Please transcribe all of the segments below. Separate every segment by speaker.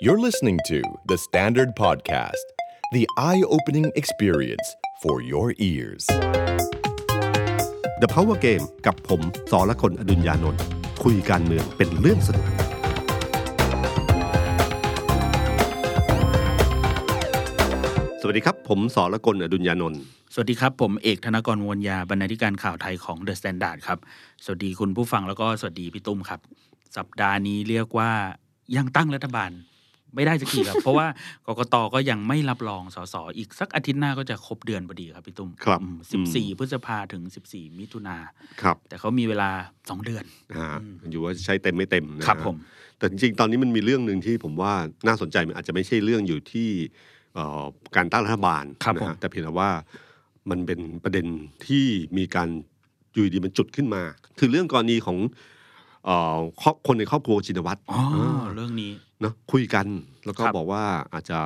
Speaker 1: You're listening to The Standard Podcast, the eye opening experience for your ears.
Speaker 2: The Power Game กับผมสอละคนอดุญญานนท์คุยการเมืองเป็นเรื่องสนุก สวัสดีครับ ผมสอละคนอดุญญานนท์
Speaker 3: สวัสดีครับ ผมเอกธนกรวงยาบรรณาธิการข่าวไทยของ The Standard ครับ สวัสดีคุณผู้ฟังแล้วก็สวัสดีพี่ตุ้มครับ สัปดาห์นี้เรียกว่ายังตั้งรัฐบาล ไม่ได้สักทีครับ เพราะว่ากกตก็ยังไม่รับรองสสอีกสักอาทิตย์หน้าก็จะครบเดือนพอดีครับพี่ตุ้ม
Speaker 2: ครับ
Speaker 3: อืม14 พฤษภาถึง 14 มิถุนา
Speaker 2: ครับ
Speaker 3: แต่เขามีเวลา 2 เดือน
Speaker 2: อ่าอยู่ว่าใช้เต็มไม่เต็มนะฮะ
Speaker 3: ครับผม
Speaker 2: แต่จริงๆ ตอนนี้มันมีเรื่องหนึ่งที่ผมว่าน่าสนใจมันอาจจะไม่ใช่เรื่องอยู่ที่เอ่อการตั้งรัฐบาล
Speaker 3: ครับ
Speaker 2: นะฮะ
Speaker 3: ผม
Speaker 2: แต่เพียงแต่ว่ามันเป็นประเด็นที่มีการอยู่ดีมันจุดขึ้นมา คือเรื่องกรณีของเอ่อครอบคนในครอบครัวชินวัตร
Speaker 3: อ๋อเรื่องนี้
Speaker 2: เนาะคุยกันแล้วก็
Speaker 3: ครับ
Speaker 2: บอกว่าอาจจะ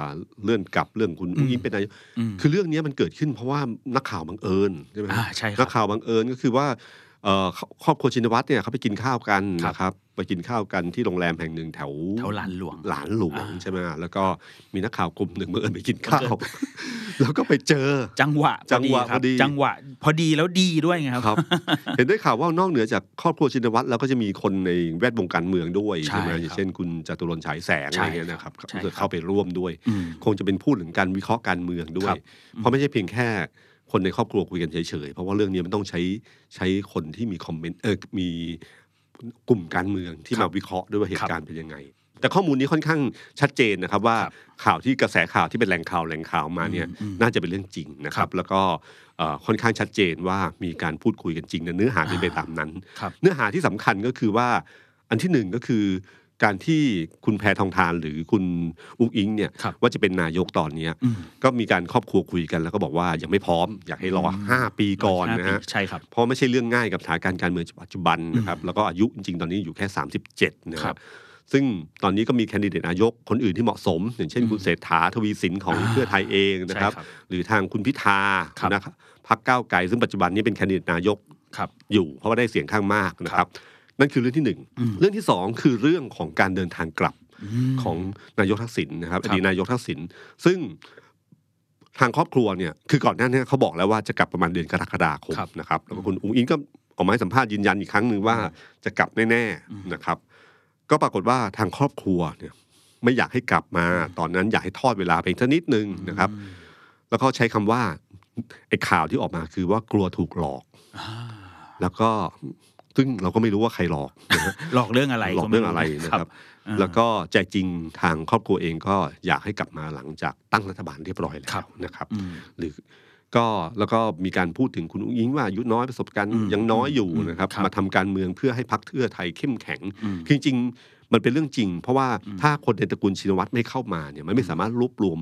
Speaker 2: เลื่อนกลับเรื่องคุณอุ้งอิงเป็นนายก
Speaker 3: อืม
Speaker 2: คือเรื่องเนี้ยมันเกิดขึ้นเพราะว่านักข่าวบังเอิญใช่ไหม
Speaker 3: อ่าใช่ครับ
Speaker 2: นักข่าวบังเอิญก็คือว่าเอ่อครอบครอบครัวชินวัตรเนี่ยเขาไปกินข้าวกัน
Speaker 3: ครับ
Speaker 2: นะครับไปกินข้าวกันที่โรงแรมแห่งหนึ่งแถว
Speaker 3: แถวหลานหลวง
Speaker 2: หลานหลวง
Speaker 3: อ่า
Speaker 2: ใช่ไหมแล้วก็มีนักข่าวกลุ่มหนึ่งบังเอิญไปกินข้าว แล้วก็ไปเจอ
Speaker 3: จังหวะพอดี
Speaker 2: จังหวะพ
Speaker 3: ครั
Speaker 2: อบ ดี
Speaker 3: จังหวะพอดีแล้วดีด้วยไงครับ
Speaker 2: ครับ เห็นได้ข่าวว่านอกเหนือจากครอบครัวชินวัตรแล้วก็จะมีคนในแวดวงการเมืองด้วย
Speaker 3: ใช่
Speaker 2: ใช่ไหม
Speaker 3: ครับ
Speaker 2: อย่างเช่นคุณจตุรนต์ฉายแสงอะ
Speaker 3: ใช่
Speaker 2: ไรเงี้ยนะครับ
Speaker 3: ครับใช่
Speaker 2: ก็
Speaker 3: ครับ
Speaker 2: เข้าไปร่วมด้วย
Speaker 3: อืม
Speaker 2: คงจะเป็นพูดถึงการวิเคราะห์การเมืองด้วย
Speaker 3: ครับ
Speaker 2: เพราะไม่ใช่เพียงแค่คนในครอบครัวคุยกันเฉยๆ เพราะว่าเรื่องนี้มันต้องใช้ใช้คนที่มีคอมเมนต์เออมีกลุ่มการเมืองที่
Speaker 3: ครั
Speaker 2: มา
Speaker 3: บ
Speaker 2: วิเคราะห์ด้วยว่าเห
Speaker 3: ครั
Speaker 2: ตุ
Speaker 3: บ
Speaker 2: การณ์เป็นยังไง แต่ข้อมูลนี้ค่อนข้างชัดเจนนะครับว่า
Speaker 3: ครับ
Speaker 2: ข่าวที่กระแสข่าวที่เป็นแหล่งข่าวแหล่งข่าวมาเนี่ย
Speaker 3: อืมอืม
Speaker 2: น่าจะเป็นเรื่องจริงนะค
Speaker 3: ครั
Speaker 2: รับ
Speaker 3: บ
Speaker 2: แล้วก็เอ่อค่อนข้างชัดเจนว่ามีการพูดคุยกันจริงนะเนื้อหาเป็นไปตามนั้น
Speaker 3: ครับ
Speaker 2: เนื้อหาที่สำคัญก็คือว่าอันที่หนึ่งก็คือ การที่คุณแพทองทานหรือคุณอุกอิงเนี่ย
Speaker 3: ครับ
Speaker 2: ว่าจะเป็นนายกตอนเนี้ย
Speaker 3: อืม
Speaker 2: ก็มีการครอบครัวคุยกันแล้วก็บอกว่ายังไม่พร้อม อยากให้รอ 5 ปีก่อน
Speaker 3: ห้า
Speaker 2: นะ
Speaker 3: ปี
Speaker 2: ฮะ
Speaker 3: ใช่ครับ
Speaker 2: เพราะไม่ใช่เรื่องง่ายกับสถานการณ์การเมืองปัจจุบันนะครับแล้วก็อายุจริงๆ ตอนนี้อยู่แค่ 37 นะค
Speaker 3: ครั
Speaker 2: รับบ ซึ่งตอนนี้ก็มีแคนดิเดตนายกคนอื่นที่เหมาะสม อย่างเช่น คุณเศรษฐาทวีสินของ
Speaker 3: อ่า
Speaker 2: เพื่อไทยเองนะครับ
Speaker 3: ใช่
Speaker 2: หรือทางคุณพิธา
Speaker 3: ครับ
Speaker 2: นะครับพักก้าวไกลซึ่งปัจจุบันนี้เป็นแคนดิเดตนายก
Speaker 3: ครับ
Speaker 2: อยู่เพราะว่าได้เสียงข้างมากนะครับ นั่นคือเรื่องที่หนึ่ง
Speaker 3: อืม
Speaker 2: เรื่องที่สองคือเรื่องของการเดินทางกลับ
Speaker 3: ม
Speaker 2: ของนายกทักษิณนะครับ
Speaker 3: ค
Speaker 2: อ
Speaker 3: รับ
Speaker 2: ดีตนายกทักษิณซึ่งทางครอบครัวเนี่ยคือก่อนหน้านี้เขาบอกแล้วว่าจะกลับประมาณเดือนกรกฎาคม
Speaker 3: ครับ
Speaker 2: นะครับแล้วก็คุณอุ้งอิงก็ออกมาให้สัมภาษณ์ยืนยันอีกครั้งหนึ่งว่าจะกลับแน่
Speaker 3: อืม
Speaker 2: ๆนะครับ ก็ปรากฏว่าทางครอบครัวเนี่ยไม่อยากให้กลับมา ตอนนั้นอยากให้ทอดเวลาไปอีกสักนิดนึงนะครับ
Speaker 3: อืม
Speaker 2: แล้วก็ใช้คำว่าไอ้ข่าวที่ออกมาคือว่ากลัวถูกหลอก
Speaker 3: อ่า
Speaker 2: แล้วก็ซึ่งเราก็ไม่รู้ว่าใครหลอกนะฮะ
Speaker 3: หลอกเรื่องอะไร
Speaker 2: หลอกเรื่องอะไรนะครับ
Speaker 3: เออ
Speaker 2: แล้วก็ใจจริงทางครอบครัวเองก็อยากให้กลับมาหลังจากตั้งรัฐบาลเรียบร้อยแล้
Speaker 3: ครั
Speaker 2: ว
Speaker 3: บ
Speaker 2: นะครับ
Speaker 3: อืม
Speaker 2: หรือก็แล้วก็มีการพูดถึงคุณอุ้งอิงว่าอายุน้อยประสบการณ์
Speaker 3: อืม
Speaker 2: ยังน้อยอยู่
Speaker 3: อืม
Speaker 2: นะครับ
Speaker 3: ครับ
Speaker 2: มาทำการเมืองเพื่อให้พักเพื่อไทยเข้มแข็ง
Speaker 3: อืม
Speaker 2: คือจริงๆมันเป็นเรื่องจริง เพราะว่า
Speaker 3: อืม
Speaker 2: ถ้าคนในตระกูลชินวัตรไม่เข้ามาเนี่ยมันไม่สามารถรวบรวม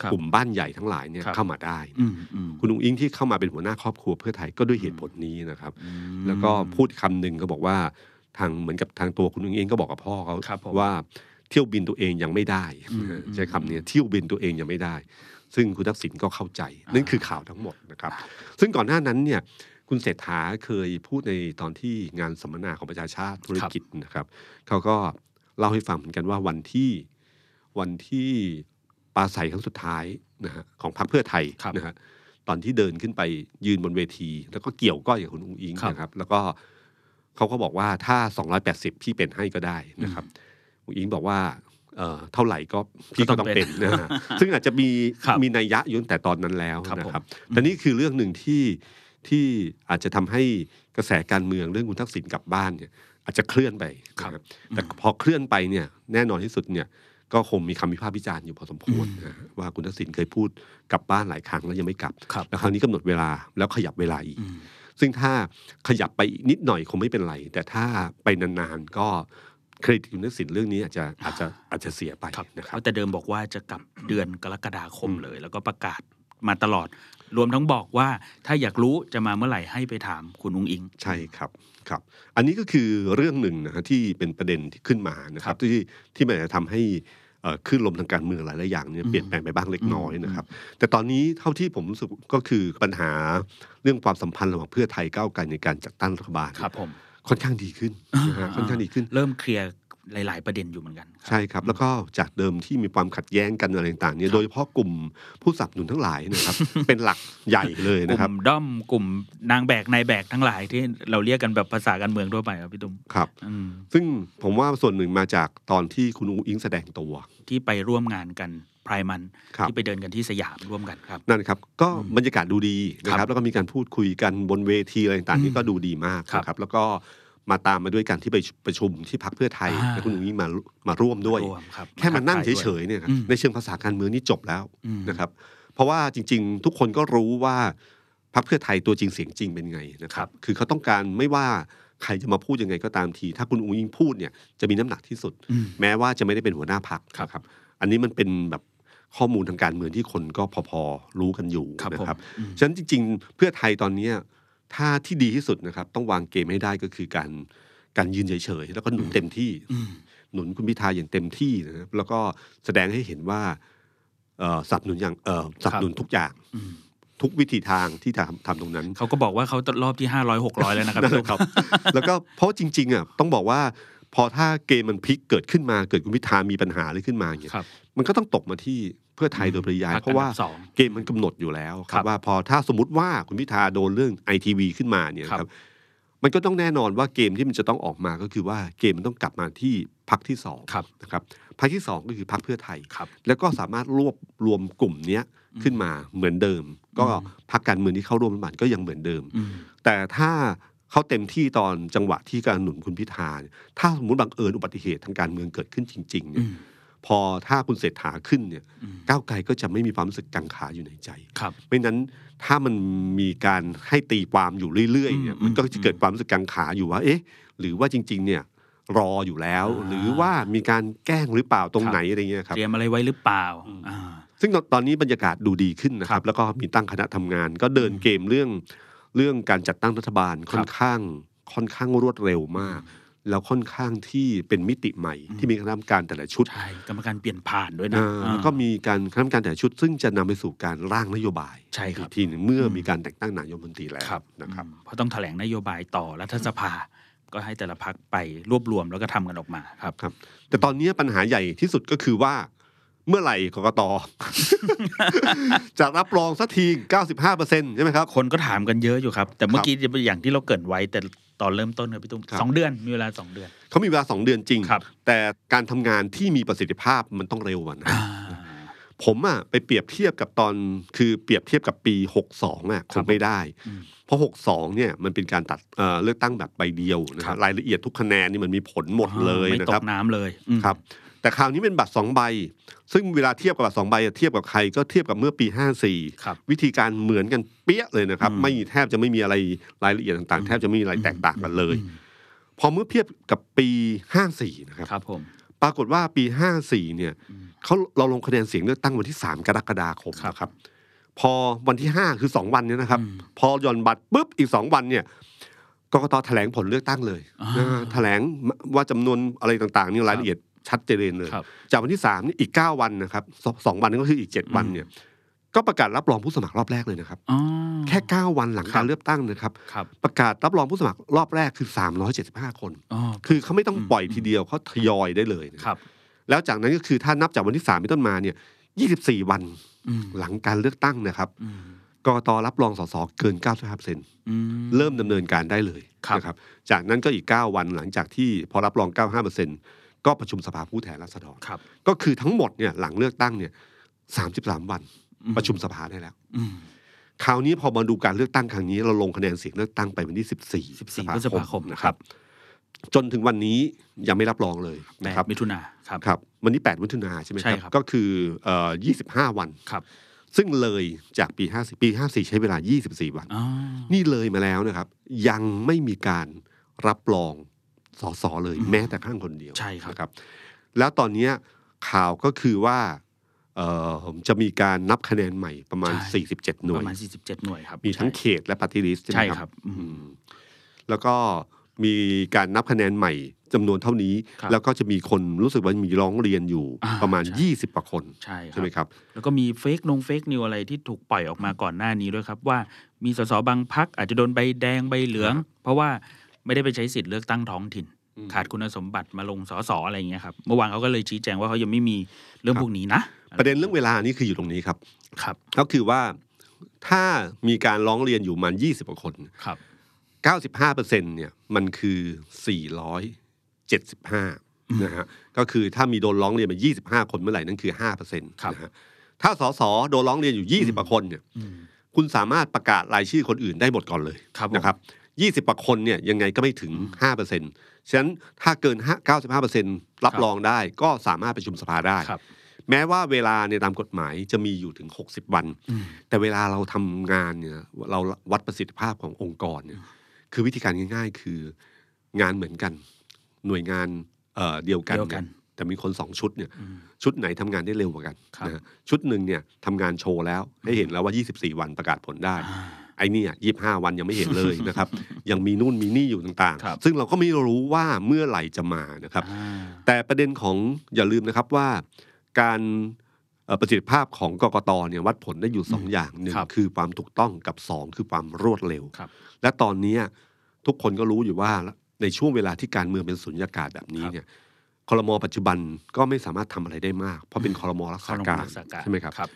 Speaker 3: ครับ
Speaker 2: กลุ่มบ้านใหญ่ทั้งหลายเนี่ย
Speaker 3: ครับ
Speaker 2: เข้ามาได้
Speaker 3: อืมอืม
Speaker 2: คุณอุ้งอิงที่เข้ามาเป็นหัวหน้าครอบครัวเพื่อไทยก็ด้วยเหตุผลนี้นะครับ
Speaker 3: อืม
Speaker 2: แล้วก็พูดคำหนึ่งก็บอกว่าทางเหมือนกับทางตัวคุณอุ้งเองก็บอกกับพ่อเขา
Speaker 3: ครับผม
Speaker 2: ว่าเที่ยวบินตัวเองยังไม่ได้
Speaker 3: อืม
Speaker 2: ใช้คำเนี้ยเที่ยวบินตัวเองยังไม่ได้ ซึ่งคุณทักษิณก็เข้าใจ
Speaker 3: อ่านั่
Speaker 2: นั่นคือข่าวทั้งหมดนะครับ ซึ่งก่อนหน้านั้นเนี่ยคุณเศรษฐาเคยพูดในตอนที่งานสัมมนาของประชาชาติธุรกิจนะครับเขาก็เล่าให้ฟังเหมือนกันว่าวันที่วันที่ปราศัยครั้งสุดท้ายนะฮะของพรรคเพื่อไทย
Speaker 3: ครับ
Speaker 2: นะฮะตอนที่เดินขึ้นไปยืนบนเวที แล้วก็เกี่ยวก้อยกับคุณอุ้งอิง
Speaker 3: ครับ
Speaker 2: นะครับ แล้วก็เขาก็บอกว่าถ้า 280 พี่เป็นให้ก็ได้นะครับอุ้งอิงบอกว่า เอ่อเท่าไหร่ก็พี่
Speaker 3: ก็
Speaker 2: ก็
Speaker 3: ต้อง
Speaker 2: ต้อง
Speaker 3: เป็
Speaker 2: เป็น
Speaker 3: น
Speaker 2: นะฮะซึ่งอาจจะมี
Speaker 3: ครับ
Speaker 2: มีนัยยะอยู่ตั้งแต่ตอนนั้นแล้ว
Speaker 3: ครับ
Speaker 2: นะครับ
Speaker 3: ผม
Speaker 2: แต่นี่คือเรื่องหนึ่งที่ที่อาจจะทำให้กระแสการเมืองเรื่องคุณทักษิณกลับบ้านเนี่ยอาจจะเคลื่อนไป
Speaker 3: ครับ
Speaker 2: นะแต่พอเคลื่อนไปเนี่ยแน่นอนที่สุดเนี่ยก็คงมีคำวิพากษ์วิจารณ์อยู่พอสมควรนะฮะว่าคุณทักษิณเคยพูดกลับบ้านหลายครั้งแล้วยังไม่กลับ
Speaker 3: ครับ
Speaker 2: แล้วคราวนี้กำหนดเวลาแล้วขยับเวลาอีก
Speaker 3: อืม
Speaker 2: ซึ่งถ้าขยับไปอีกนิดหน่อยคงไม่เป็นไร แต่ถ้าไปนานๆ ก็เครดิตคุณทักษิณเรื่องนี้อาจจะอาจจะอาจจะเสียไป
Speaker 3: ครับ
Speaker 2: นะค
Speaker 3: เพ
Speaker 2: รับ
Speaker 3: ราะแต่เดิมบอกว่าจะกลับเดือนกรกฎาคม
Speaker 2: อืม
Speaker 3: เลย แล้วก็ประกาศมาตลอด รวมทั้งบอกว่าถ้าอยากรู้จะมาเมื่อไหร่ให้ไปถามคุณอุงอิง
Speaker 2: ใช่ครับครับ อันนี้ก็คือเรื่องหนึ่งนะฮะที่เป็นประเด็นที่ขึ้นมานะครับที่ที่มันอาจจะทำให้เอ่อคลื่นลมทางการเมืองหลายๆอย่างเนี่ย
Speaker 3: อืม
Speaker 2: เปลี่ยนแปลงไปบ้างเล็กน้อย
Speaker 3: อืม
Speaker 2: นะครับ แต่ตอนนี้เท่าที่ผมรู้สึกก็คือปัญหาเรื่องความสัมพันธ์ระหว่างเพื่อไทยก้าวไกลในการจัดตั้งรัฐบาล
Speaker 3: ครับผม
Speaker 2: ค่อนข้างดีขึ้นนะฮะค่อนข้างดีขึ้น
Speaker 3: เริ่มเคลียร์ หลาย ๆ ประเด็นอยู่เหมือนกันครับ
Speaker 2: ใช่ครับ แล้วก็จากเดิมที่มีความขัดแย้งกันอะไรต่างๆเนี่
Speaker 3: ครั
Speaker 2: ย
Speaker 3: บ
Speaker 2: โดยเฉพาะกลุ่มผู้สนับสนุนทั้งหลายนะครับ เป็นหลักใหญ่เลย
Speaker 3: ก
Speaker 2: นะ
Speaker 3: ลุ่
Speaker 2: ครับ
Speaker 3: มด้อมกลุ่มนางแบกนายแบกทั้งหลายที่เราเรียกกันแบบภาษาการเมืองทั่วไปครับพี่ตุ้ม
Speaker 2: ครับ
Speaker 3: อืม
Speaker 2: ซึ่งผมว่าส่วนหนึ่งมาจากตอนที่คุณอุ้งอิงแสดงตัว
Speaker 3: ที่ไปร่วมงานกันพรายมัน
Speaker 2: ครับ
Speaker 3: ที่ไปเดินกันที่สยามร่วมกันครับ
Speaker 2: นั่นครับ ก็
Speaker 3: อืม
Speaker 2: บรรยากาศดูดีนะค
Speaker 3: ครั
Speaker 2: รั
Speaker 3: บบ
Speaker 2: แล้วก็มีการพูดคุยกันบนเวทีอะไรต่าง
Speaker 3: อื
Speaker 2: ๆ
Speaker 3: ม
Speaker 2: นี่ก็ดูดีมาก
Speaker 3: ครับ
Speaker 2: นะครับ แล้วก็มาตามมาด้วยกันที่ไปประชุมที่พักเพื่อไทย
Speaker 3: อ่า
Speaker 2: และคุณอุ้งอิงมามาร่วมด้วย
Speaker 3: ร่วมรับ
Speaker 2: แค่มานั่งเฉ
Speaker 3: ย
Speaker 2: ยๆเนี่ยครับ
Speaker 3: อืม
Speaker 2: ในเชิงภาษาการเมืองนี่จบแล้ว
Speaker 3: อืม
Speaker 2: นะครับ เพราะว่าจริง ๆ ทุกคนก็รู้ว่าพักเพื่อไทยตัวจริงเสียงจริงเป็นไงนะค
Speaker 3: ครั
Speaker 2: รับ
Speaker 3: บ
Speaker 2: คือเขาต้องการไม่ว่าใครจะมาพูดยังไงก็ตามที ถ้าคุณอุ้งอิงพูดเนี่ยจะมีน้ำหนักที่สุด
Speaker 3: อืม
Speaker 2: แม้ว่าจะไม่ได้เป็นหัวหน้าพัก
Speaker 3: ครับ
Speaker 2: ครับ อันนี้มันเป็นแบบข้อมูลทางการเมืองที่คนก็พอๆรู้กันอยู่
Speaker 3: ครับผม
Speaker 2: นะครับ
Speaker 3: อืม
Speaker 2: ฉะนั้นจริง ๆ เพื่อไทยตอนเนี้ยถ้าที่ดีที่สุดนะครับ ต้องวางเกมให้ได้ก็คือการการยืนเฉยๆแล้วก็หนุนเต็มที่
Speaker 3: อืม
Speaker 2: หนุนคุณพิธาอย่างเต็มที่นะครับแล้วก็แสดงให้เห็นว่าเอ่อสนับสนุนอย่างเอ่อสนับสนุนทุกอย่าง
Speaker 3: อืม
Speaker 2: ทุกวิธีทางที่ทำทำตรงนั้น
Speaker 3: เขาก็บอกว่าเขารอบที่ห้าร้อยหกร้อยแล้วนะครับ
Speaker 2: นั่น
Speaker 3: พี่
Speaker 2: แหละ
Speaker 3: ตุ้ม
Speaker 2: ครับ แล้วก็เพราะจริงๆอ่ะต้องบอกว่า พอถ้าเกมมันพลิกเกิดขึ้นมาเกิดคุณพิธามีปัญหาอะไรขึ้นมาเนี่ย
Speaker 3: ครับ
Speaker 2: มันก็ต้องตกมาที่เพื่อไทยโดยปริยาย
Speaker 3: พรรค
Speaker 2: เพราะว่า
Speaker 3: อันดับสอง
Speaker 2: เกมมันกำหนดอยู่แล้วค
Speaker 3: ครั
Speaker 2: รับบ ว่าพอถ้าสมมติว่าคุณพิธาโดนเรื่องไอทีวีขึ้นมาเนี่ย
Speaker 3: ครับ
Speaker 2: ครับมันก็ต้องแน่นอนว่าเกมที่มันจะต้องออกมาก็คือว่าเกมมันต้องกลับมาที่พักที่สอง
Speaker 3: ครับ
Speaker 2: นะครับพักที่สองก็คือพักเพื่อไทย
Speaker 3: ครับ
Speaker 2: แล้วก็สามารถรวบรวมกลุ่มเนี้ยขึ้นมาเหมือนเดิม ก็พักการเมืองที่เข้าร่วมรัฐบาลก็ยังเหมือนเดิม
Speaker 3: อืม
Speaker 2: แต่ถ้าเขาเต็มที่ตอนจังหวะที่การหนุนคุณพิธาเนี่ยถ้าสมมติบังเอิญอุบัติเหตุทางการเมืองเกิดขึ้นจริงๆ
Speaker 3: อื
Speaker 2: เนี่ย
Speaker 3: ม
Speaker 2: พอถ้าคุณเศรษฐาขึ้นเนี่ย
Speaker 3: อืม
Speaker 2: ก้าวไกลก็จะไม่มีความรู้สึกกังขาอยู่ในใจ
Speaker 3: ครับ
Speaker 2: ไม่นั้นถ้ามันมีการให้ตีความอยู่เรื่อยๆเนี่ย
Speaker 3: อืม
Speaker 2: มันก็
Speaker 3: อื
Speaker 2: จะ
Speaker 3: ม
Speaker 2: เกิดความรู้สึกกังขาอยู่ว่า เอ๊ะ หรือว่าจริง ๆ เนี่ยรออยู่แล้ว
Speaker 3: อ่า
Speaker 2: หรือว่ามีการแกล้งหรือเปล่าตรง
Speaker 3: ครับ
Speaker 2: ไหนอะไรเงี้ยครับ
Speaker 3: เตรียมอะไรไว้หรือเปล่า
Speaker 2: อืม
Speaker 3: อ่า
Speaker 2: ซึ่งตอนตอนนี้บรรยากาศดูดีขึ้นนะครับ แล้วก็มีตั้งคณะทำงาน ก็เดินเกมเรื่องเรื่องการจัดตั้งรัฐบาลค่อนข้างค่อนข้างรวดเร็วมาก แล้วค่อนข้างที่เป็นมิติใหม่
Speaker 3: อืม
Speaker 2: ที่มีคณะกรรมการแต่ละชุด
Speaker 3: ใช่กรรมการเปลี่ยนผ่านด้วยนะ
Speaker 2: เอ่อ
Speaker 3: อ่า
Speaker 2: ก็มีการคณะกรรมการแต่ละชุด ซึ่งจะนำไปสู่การร่างนโยบาย
Speaker 3: ใช่ครับ
Speaker 2: อีกทีหนึงเมื่ออ
Speaker 3: ม
Speaker 2: มีการแต่งตั้งนายกรัฐมนตรีแล้ว
Speaker 3: ครับ
Speaker 2: นะครับ
Speaker 3: อืมเพราะต้องแถลงนโยบายต่อรัฐสภา ก็ให้แต่ละพักไปรวบรวมแล้วก็ทำกันออกมาครับ
Speaker 2: ครับ แต่ตอนนี้ปัญหาใหญ่ที่สุดก็คือว่า เมื่อไหร่กกต จะรับรองสักที95%ใช่ไหมครับ
Speaker 3: คนก็ถามกันเยอะอยู่ครับ แต่เมื่อกี้อย่างที่เราเกรินไว้ แต่ตอนเริ่มต้นครับพี่ตุ้ม
Speaker 2: ครับ
Speaker 3: สองเดือนมีเวลาสองเดือน
Speaker 2: เขามีเวลาสองเดือนจริง
Speaker 3: ครับ
Speaker 2: แต่การทำงานที่มีประสิทธิภาพมันต้องเร็วกว่านะ
Speaker 3: อ่า
Speaker 2: ผมอะไปเปรียบเทียบกับตอนคือเปรียบเทียบกับปี 62อะค
Speaker 3: ครับ
Speaker 2: งไม่ได้
Speaker 3: อืม
Speaker 2: เพราะ 62เนี่ยมันเป็นการตัดเอ่อเลือกตั้งแบบใบเดียวนะ
Speaker 3: ครั
Speaker 2: ฮะ
Speaker 3: บ
Speaker 2: รายละเอียดทุกคะแนนนี่มันมีผลหมดเลย
Speaker 3: ไม่
Speaker 2: นะ
Speaker 3: ต
Speaker 2: ครับ
Speaker 3: กน้ำเลยอืม
Speaker 2: ครับแต่คราวนี้เป็นบัตรสองใบ ซึ่งเวลาเทียบกับบัตรสองใบอะเทียบกับใครก็เทียบกับเมื่อปี 54
Speaker 3: ครับ
Speaker 2: วิธีการเหมือนกันเปี้ยเลยนะครับ
Speaker 3: อืม
Speaker 2: ไม่แทบจะไม่มีอะไรรายละเอียดต่างๆ แทบจะไม่มีอะไรแตกต่างกันเลย พอเมื่อเทียบกับปี 54นะครับ
Speaker 3: ครับผม
Speaker 2: ปรากฏว่าปี 54 เนี่ย
Speaker 3: อืม
Speaker 2: เขาเราลงคะแนนเสียงเลือกตั้งวันที่ 3 กรกฎาคมนะครับ พอวันที่ 5 คือ 2 วันเนี่ยนะครับ
Speaker 3: อืม
Speaker 2: พอหย่อนบัตรปุ๊บอีก 2 วันเนี่ยกกตแถลงผลเลือกตั้งเลย
Speaker 3: อ่า
Speaker 2: เออแถลงว่าจำนวนอะไรต่างๆนี่รายละเอียดชัดเจนเลย
Speaker 3: ครับ
Speaker 2: จากวันที่3นี่อีก 9 วันนะครับสองสองวันนั่นก็คืออีก 7 วันเนี่ยก็ประกาศรับรองผู้สมัครรอบแรกเลยนะครับ
Speaker 3: อ๋อ
Speaker 2: แค่ 9 วันหลัง
Speaker 3: ค
Speaker 2: กา
Speaker 3: รับ
Speaker 2: รเลือกตั้งนะครับ
Speaker 3: ครับ
Speaker 2: ประกาศรับรองผู้สมัครรอบแรกคือ 375 คน
Speaker 3: อ๋อ
Speaker 2: คือเขาไม่ต้องปล่อยทีเดียวเขาทยอยได้เลยนะ
Speaker 3: ครับ
Speaker 2: แล้วจากนั้นก็คือถ้านับจากวันที่3เป็นต้นมาเนี่ย 24 วัน
Speaker 3: อืม
Speaker 2: หลังการเลือกตั้งนะครับ
Speaker 3: อืม
Speaker 2: กกตรับรองสสเกิน 95เซน
Speaker 3: อืม
Speaker 2: เริ่มดำเนินการได้เลย
Speaker 3: ครับ
Speaker 2: นะครับ จากนั้นก็อีก 9 วันหลังจากที่พอรับรอง 95เปอร์เซ็นก็ประชุมสภาผู้แทนราษฎร
Speaker 3: ครับ
Speaker 2: ก็คือทั้งหมดเนี่ยหลังเลือกตั้งเนี่ย33 วัน
Speaker 3: อื
Speaker 2: ประชุมสภาได้แล้ว
Speaker 3: อืม
Speaker 2: คราวนี้พอมาดูการเลือกตั้งครั้งนี้ เราลงคะแนนเสียงเลือกตั้งไปวันที่ 14
Speaker 3: สิบสี่พฤษภาคม
Speaker 2: นะครับ จนถึงวันนี้ยังไม่รับรองเลย
Speaker 3: แป
Speaker 2: นะ
Speaker 3: ด
Speaker 2: ครับ
Speaker 3: มิถุนาครับ
Speaker 2: ครับวันนี้8มิถุนาใช่ไหม
Speaker 3: ใช่
Speaker 2: ครับ
Speaker 3: ครับ
Speaker 2: ก็คือเอ่อ25 วัน
Speaker 3: ครับ
Speaker 2: ซึ่งเลยจากปี 50 ปี 54 ใช้เวลา 24 วัน
Speaker 3: อ๋อ
Speaker 2: นี่เลยมาแล้วนะครับ ยังไม่มีการรับรองสอสอเลยแม้แต่ข้างคนเดียว
Speaker 3: ใช่ครับ
Speaker 2: นะครับ แล้วตอนเนี้ยข่าวก็คือว่าเอ่อจะมีการนับคะแนนใหม่ประมาณ
Speaker 3: ใช่
Speaker 2: 47 หน่ว
Speaker 3: ป
Speaker 2: ย
Speaker 3: ระมาณ 47 หน่วยครับ
Speaker 2: มีทั้งเข
Speaker 3: ใช่
Speaker 2: ตและปฏิริษีใช่ไหม
Speaker 3: ใช่
Speaker 2: ครับ
Speaker 3: ครับอืม
Speaker 2: อืมแล้วก็มีการนับคะแนนใหม่จำนวนเท่านี้
Speaker 3: ครับ
Speaker 2: แล้วก็จะมีคนรู้สึกว่ามีร้องเรียนอยู่
Speaker 3: อ่า
Speaker 2: ประมาณ
Speaker 3: ใช่
Speaker 2: 20กว่าคน
Speaker 3: ใช่ค
Speaker 2: ใช่
Speaker 3: รับ
Speaker 2: ไหมครับ
Speaker 3: แล้วก็มีเฟกนงเฟกนิวอะไรที่ถูกปล่อยออกมาก่อนหน้านี้ด้วยครับ ว่ามีสสบางพักอาจจะโดนใบแดงใบเหลือง เพราะว่าไม่ได้ไปใช้สิทธิ์เลือกตั้งท้องถิ่น
Speaker 2: อืม
Speaker 3: ขาดคุณสมบัติมาลงสสอะไรอย่างเงี้ยครับเมื่อวานเขาก็เลยชี้แจงว่าเขายังไม่มีเรื่อง
Speaker 2: ครับ
Speaker 3: พวกนี้นะ
Speaker 2: ประเด็นเรื่องเวลานี่คืออยู่ตรงนี้ครับ
Speaker 3: ครับ
Speaker 2: ก็คือว่าถ้ามีการร้องเรียนอยู่ประมัน 20กว่าคน
Speaker 3: ครับ
Speaker 2: 95%เนี่ยมันคือ 475นะฮะก็คือถ้ามีโดนร้องเรียนมา 25 คนเมื่อไหร่นั่นคือ5%นะฮะถ้าสสโดนร้องเรียนอยู่ 20กว่าคนเนี่ย
Speaker 3: อืม
Speaker 2: คุณสามารถประกาศรายชื่อคนอื่นได้หมดก่อนเลย
Speaker 3: ครับผม
Speaker 2: นะครับ20กว่าคนเนี่ยยังไงก็ไม่ถึง 5%ฉะนั้นถ้าเกิน5 95%รับ
Speaker 3: ครับ
Speaker 2: รองได้ก็สามารถประชุมสภาได้
Speaker 3: ครับ
Speaker 2: แม้ว่าเวลาเนี่ยตามกฎหมายจะมีอยู่ถึง 60 วัน
Speaker 3: อืม
Speaker 2: แต่เวลาเราทำงานเนี่ยเราวัดประสิทธิภาพขององค์กรเนี่ยคือวิธีการง่าย ๆ คืองานเหมือนกัน หน่วยงานเอ่อเดียวกัน
Speaker 3: เดียวกัน
Speaker 2: เยแต่มีคนสองชุดเนี่ย
Speaker 3: อืม
Speaker 2: ชุดไหนทำงานได้เร็วกว่ากัน
Speaker 3: ครับ
Speaker 2: นะฮะชุดหนึ่งเนี่ยทำงานโชว์แล้วให้เห็นแล้วว่า 24 วันประกาศผลได้
Speaker 3: อ่า
Speaker 2: ไอ้เนี่ยยีวันยังไม่เห็นเลย นะครับ ยังมีนู่นมีนี่อยู่ต่าง
Speaker 3: ครับ
Speaker 2: ๆ ซึ่งเราก็ไม่รู้ว่าเมื่อไหร่จะมานะครับ
Speaker 3: อ่า
Speaker 2: แต่ประเด็นของอย่าลืมนะครับว่าการเอ่อประสิทธิภาพของกกตเนี่ยวัดผลได้อยู่ 2 อย่างหนึ่งคือความถูกต้องกับ 2 คือความรวดเร็ว
Speaker 3: ครับ
Speaker 2: และตอนเนี้ยทุกคนก็รู้อยู่ว่าในช่วงเวลาที่การเมืองเป็นสุญญากาศแบบนี้
Speaker 3: ครับ
Speaker 2: เนี่ยคลมปัจจุบันก็ไม่สามารถทำอะไรได้มาก เพราะเป็นคลมรักษา
Speaker 3: ครม
Speaker 2: การ
Speaker 3: รักษาการ
Speaker 2: ใช่ไหมครับ
Speaker 3: ครับ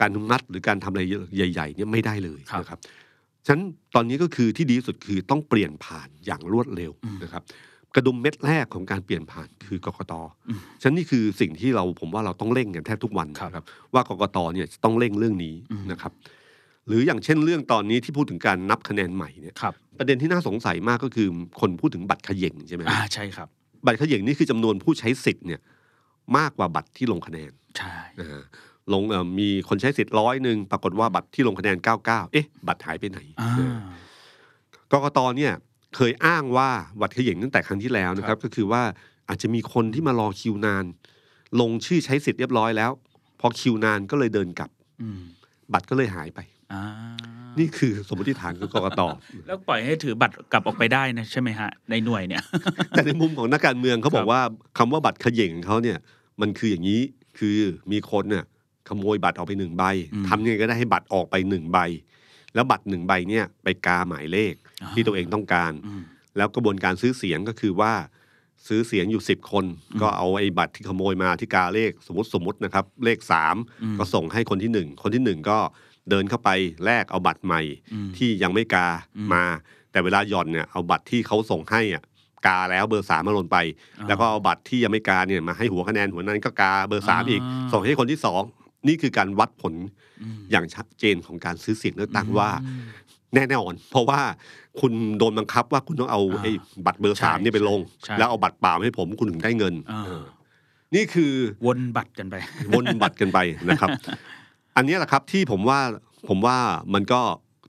Speaker 2: การอนุมัติหรือการทำอะไรใหญ่ๆเนี่ยไม่ได้เลย
Speaker 3: ครับ
Speaker 2: นะครับฉะนั้นตอนนี้ก็คือที่ดีที่สุดคือต้องเปลี่ยนผ่านอย่างรวดเร็วนะครับ กระดุมเม็ดแรกของการเปลี่ยนผ่านคือกกต
Speaker 3: อืม
Speaker 2: ฉะนั้นนี่คือสิ่งที่เราผมว่าเราต้องเร่งกันแทบทุกวัน
Speaker 3: ครับ
Speaker 2: นะครับ ว่ากกตเนี่ยจะต้องเร่งเรื่องนี้
Speaker 3: อืม
Speaker 2: นะครับ หรืออย่างเช่นเรื่องตอนนี้ที่พูดถึงการนับคะแนนใหม่เนี่ย
Speaker 3: ครับ
Speaker 2: ประเด็นที่น่าสงสัยมากก็คือคนพูดถึงบัตรเขย่งใช่ไหม
Speaker 3: อ่าใช่ครับ
Speaker 2: บัตรเขย่งนี่คือจำนวนผู้ใช้สิทธิ์เนี่ยมากกว่าบัตรที่ลงคะแนน
Speaker 3: ใช่
Speaker 2: นะฮะลงเอ่อมีคนใช้สิทธิ์ร้อยหนึ่งปรากฏว่าบัตรที่ลงคะแนน 99 เอ๊ะ บัตรหายไปไหน
Speaker 3: อ่า
Speaker 2: เออกกตเนี่ยเคยอ้างว่าบัตรเขย่งตั้งแต่ครั้งที่แล้วนะค
Speaker 3: ครั
Speaker 2: รับ
Speaker 3: บ
Speaker 2: ก็คือว่าอาจจะมีคนที่มารอคิวนาน ลงชื่อใช้สิทธิ์เรียบร้อยแล้ว พอคิวนานก็เลยเดินกลับ
Speaker 3: อืม
Speaker 2: บัตรก็เลยหายไป
Speaker 3: อ่า
Speaker 2: นี่คือสมมติฐานของกกต
Speaker 3: แล้วปล่อยให้ถือบัตรกลับออกไปได้นะใช่ไหมฮะ ในหน่วยเนี่ย
Speaker 2: แต่ในมุมของนักการเมืองเขาบอ
Speaker 3: ครั
Speaker 2: ก
Speaker 3: บ
Speaker 2: ว่าคำว่าบัตรเขย่งของเขาเนี่ยมันคืออย่างนี้คือมีคนเนี่ยขโมยบัตรออกไปหนึ่งใบทำยังไงก็ได้ให้บัตรออกไปหนึ่งใบ แล้วบัตรหนึ่งใบเนี่ยไปกาหมายเลขที่ตัวเองต้องการ
Speaker 3: อืม
Speaker 2: แล้วกระบวนการซื้อเสียงก็คือว่าซื้อเสียงอยู่ 10 คน ก็เอาไอ้บัตรที่ขโมยมาที่กาเลขสมมติสมมตินะครับ เลข
Speaker 3: อืม
Speaker 2: 3 ก็ส่งให้คนทีหนึ่1 คนทีหนึ่1 ก็เดินเข้าไปแลกเอาบัตรใหม่
Speaker 3: อืม
Speaker 2: ที่ยังไม่กา
Speaker 3: อืม
Speaker 2: มา แต่เวลาหย่อนเนี่ยเอาบัตรที่เขาส่งให้อ่ะกาแล้วเบอร์สามมาลนไป
Speaker 3: อ่า
Speaker 2: แล้วก็เอาบัตรที่ยังไม่กาเนี่ยมาให้หัวคะแนนหัวนั้นก็กาเบอร์สาม
Speaker 3: อ่า
Speaker 2: อีก ส่งให้คนที่สองนี่คือการวัดผล
Speaker 3: อืม
Speaker 2: อย่างชัดเจนของการซื้อเสียงเลือกตั้งว่า แน่นอน เพราะว่าคุณโดนบังคับว่าคุณต้องเอา
Speaker 3: อ่า
Speaker 2: ไอ้บัตรเบอร์
Speaker 3: ใช่
Speaker 2: สามเนี่ยไปลง
Speaker 3: ใช่
Speaker 2: แล้วเอาบัตรเปล่ามาให้ผมคุณถึงได้เงิน
Speaker 3: อ่า
Speaker 2: นี่คือ
Speaker 3: วนบัตรกันไป
Speaker 2: วนบัตรกันไปนะครับ อันเนี้ยแหละครับที่ผมว่าผมว่ามันก็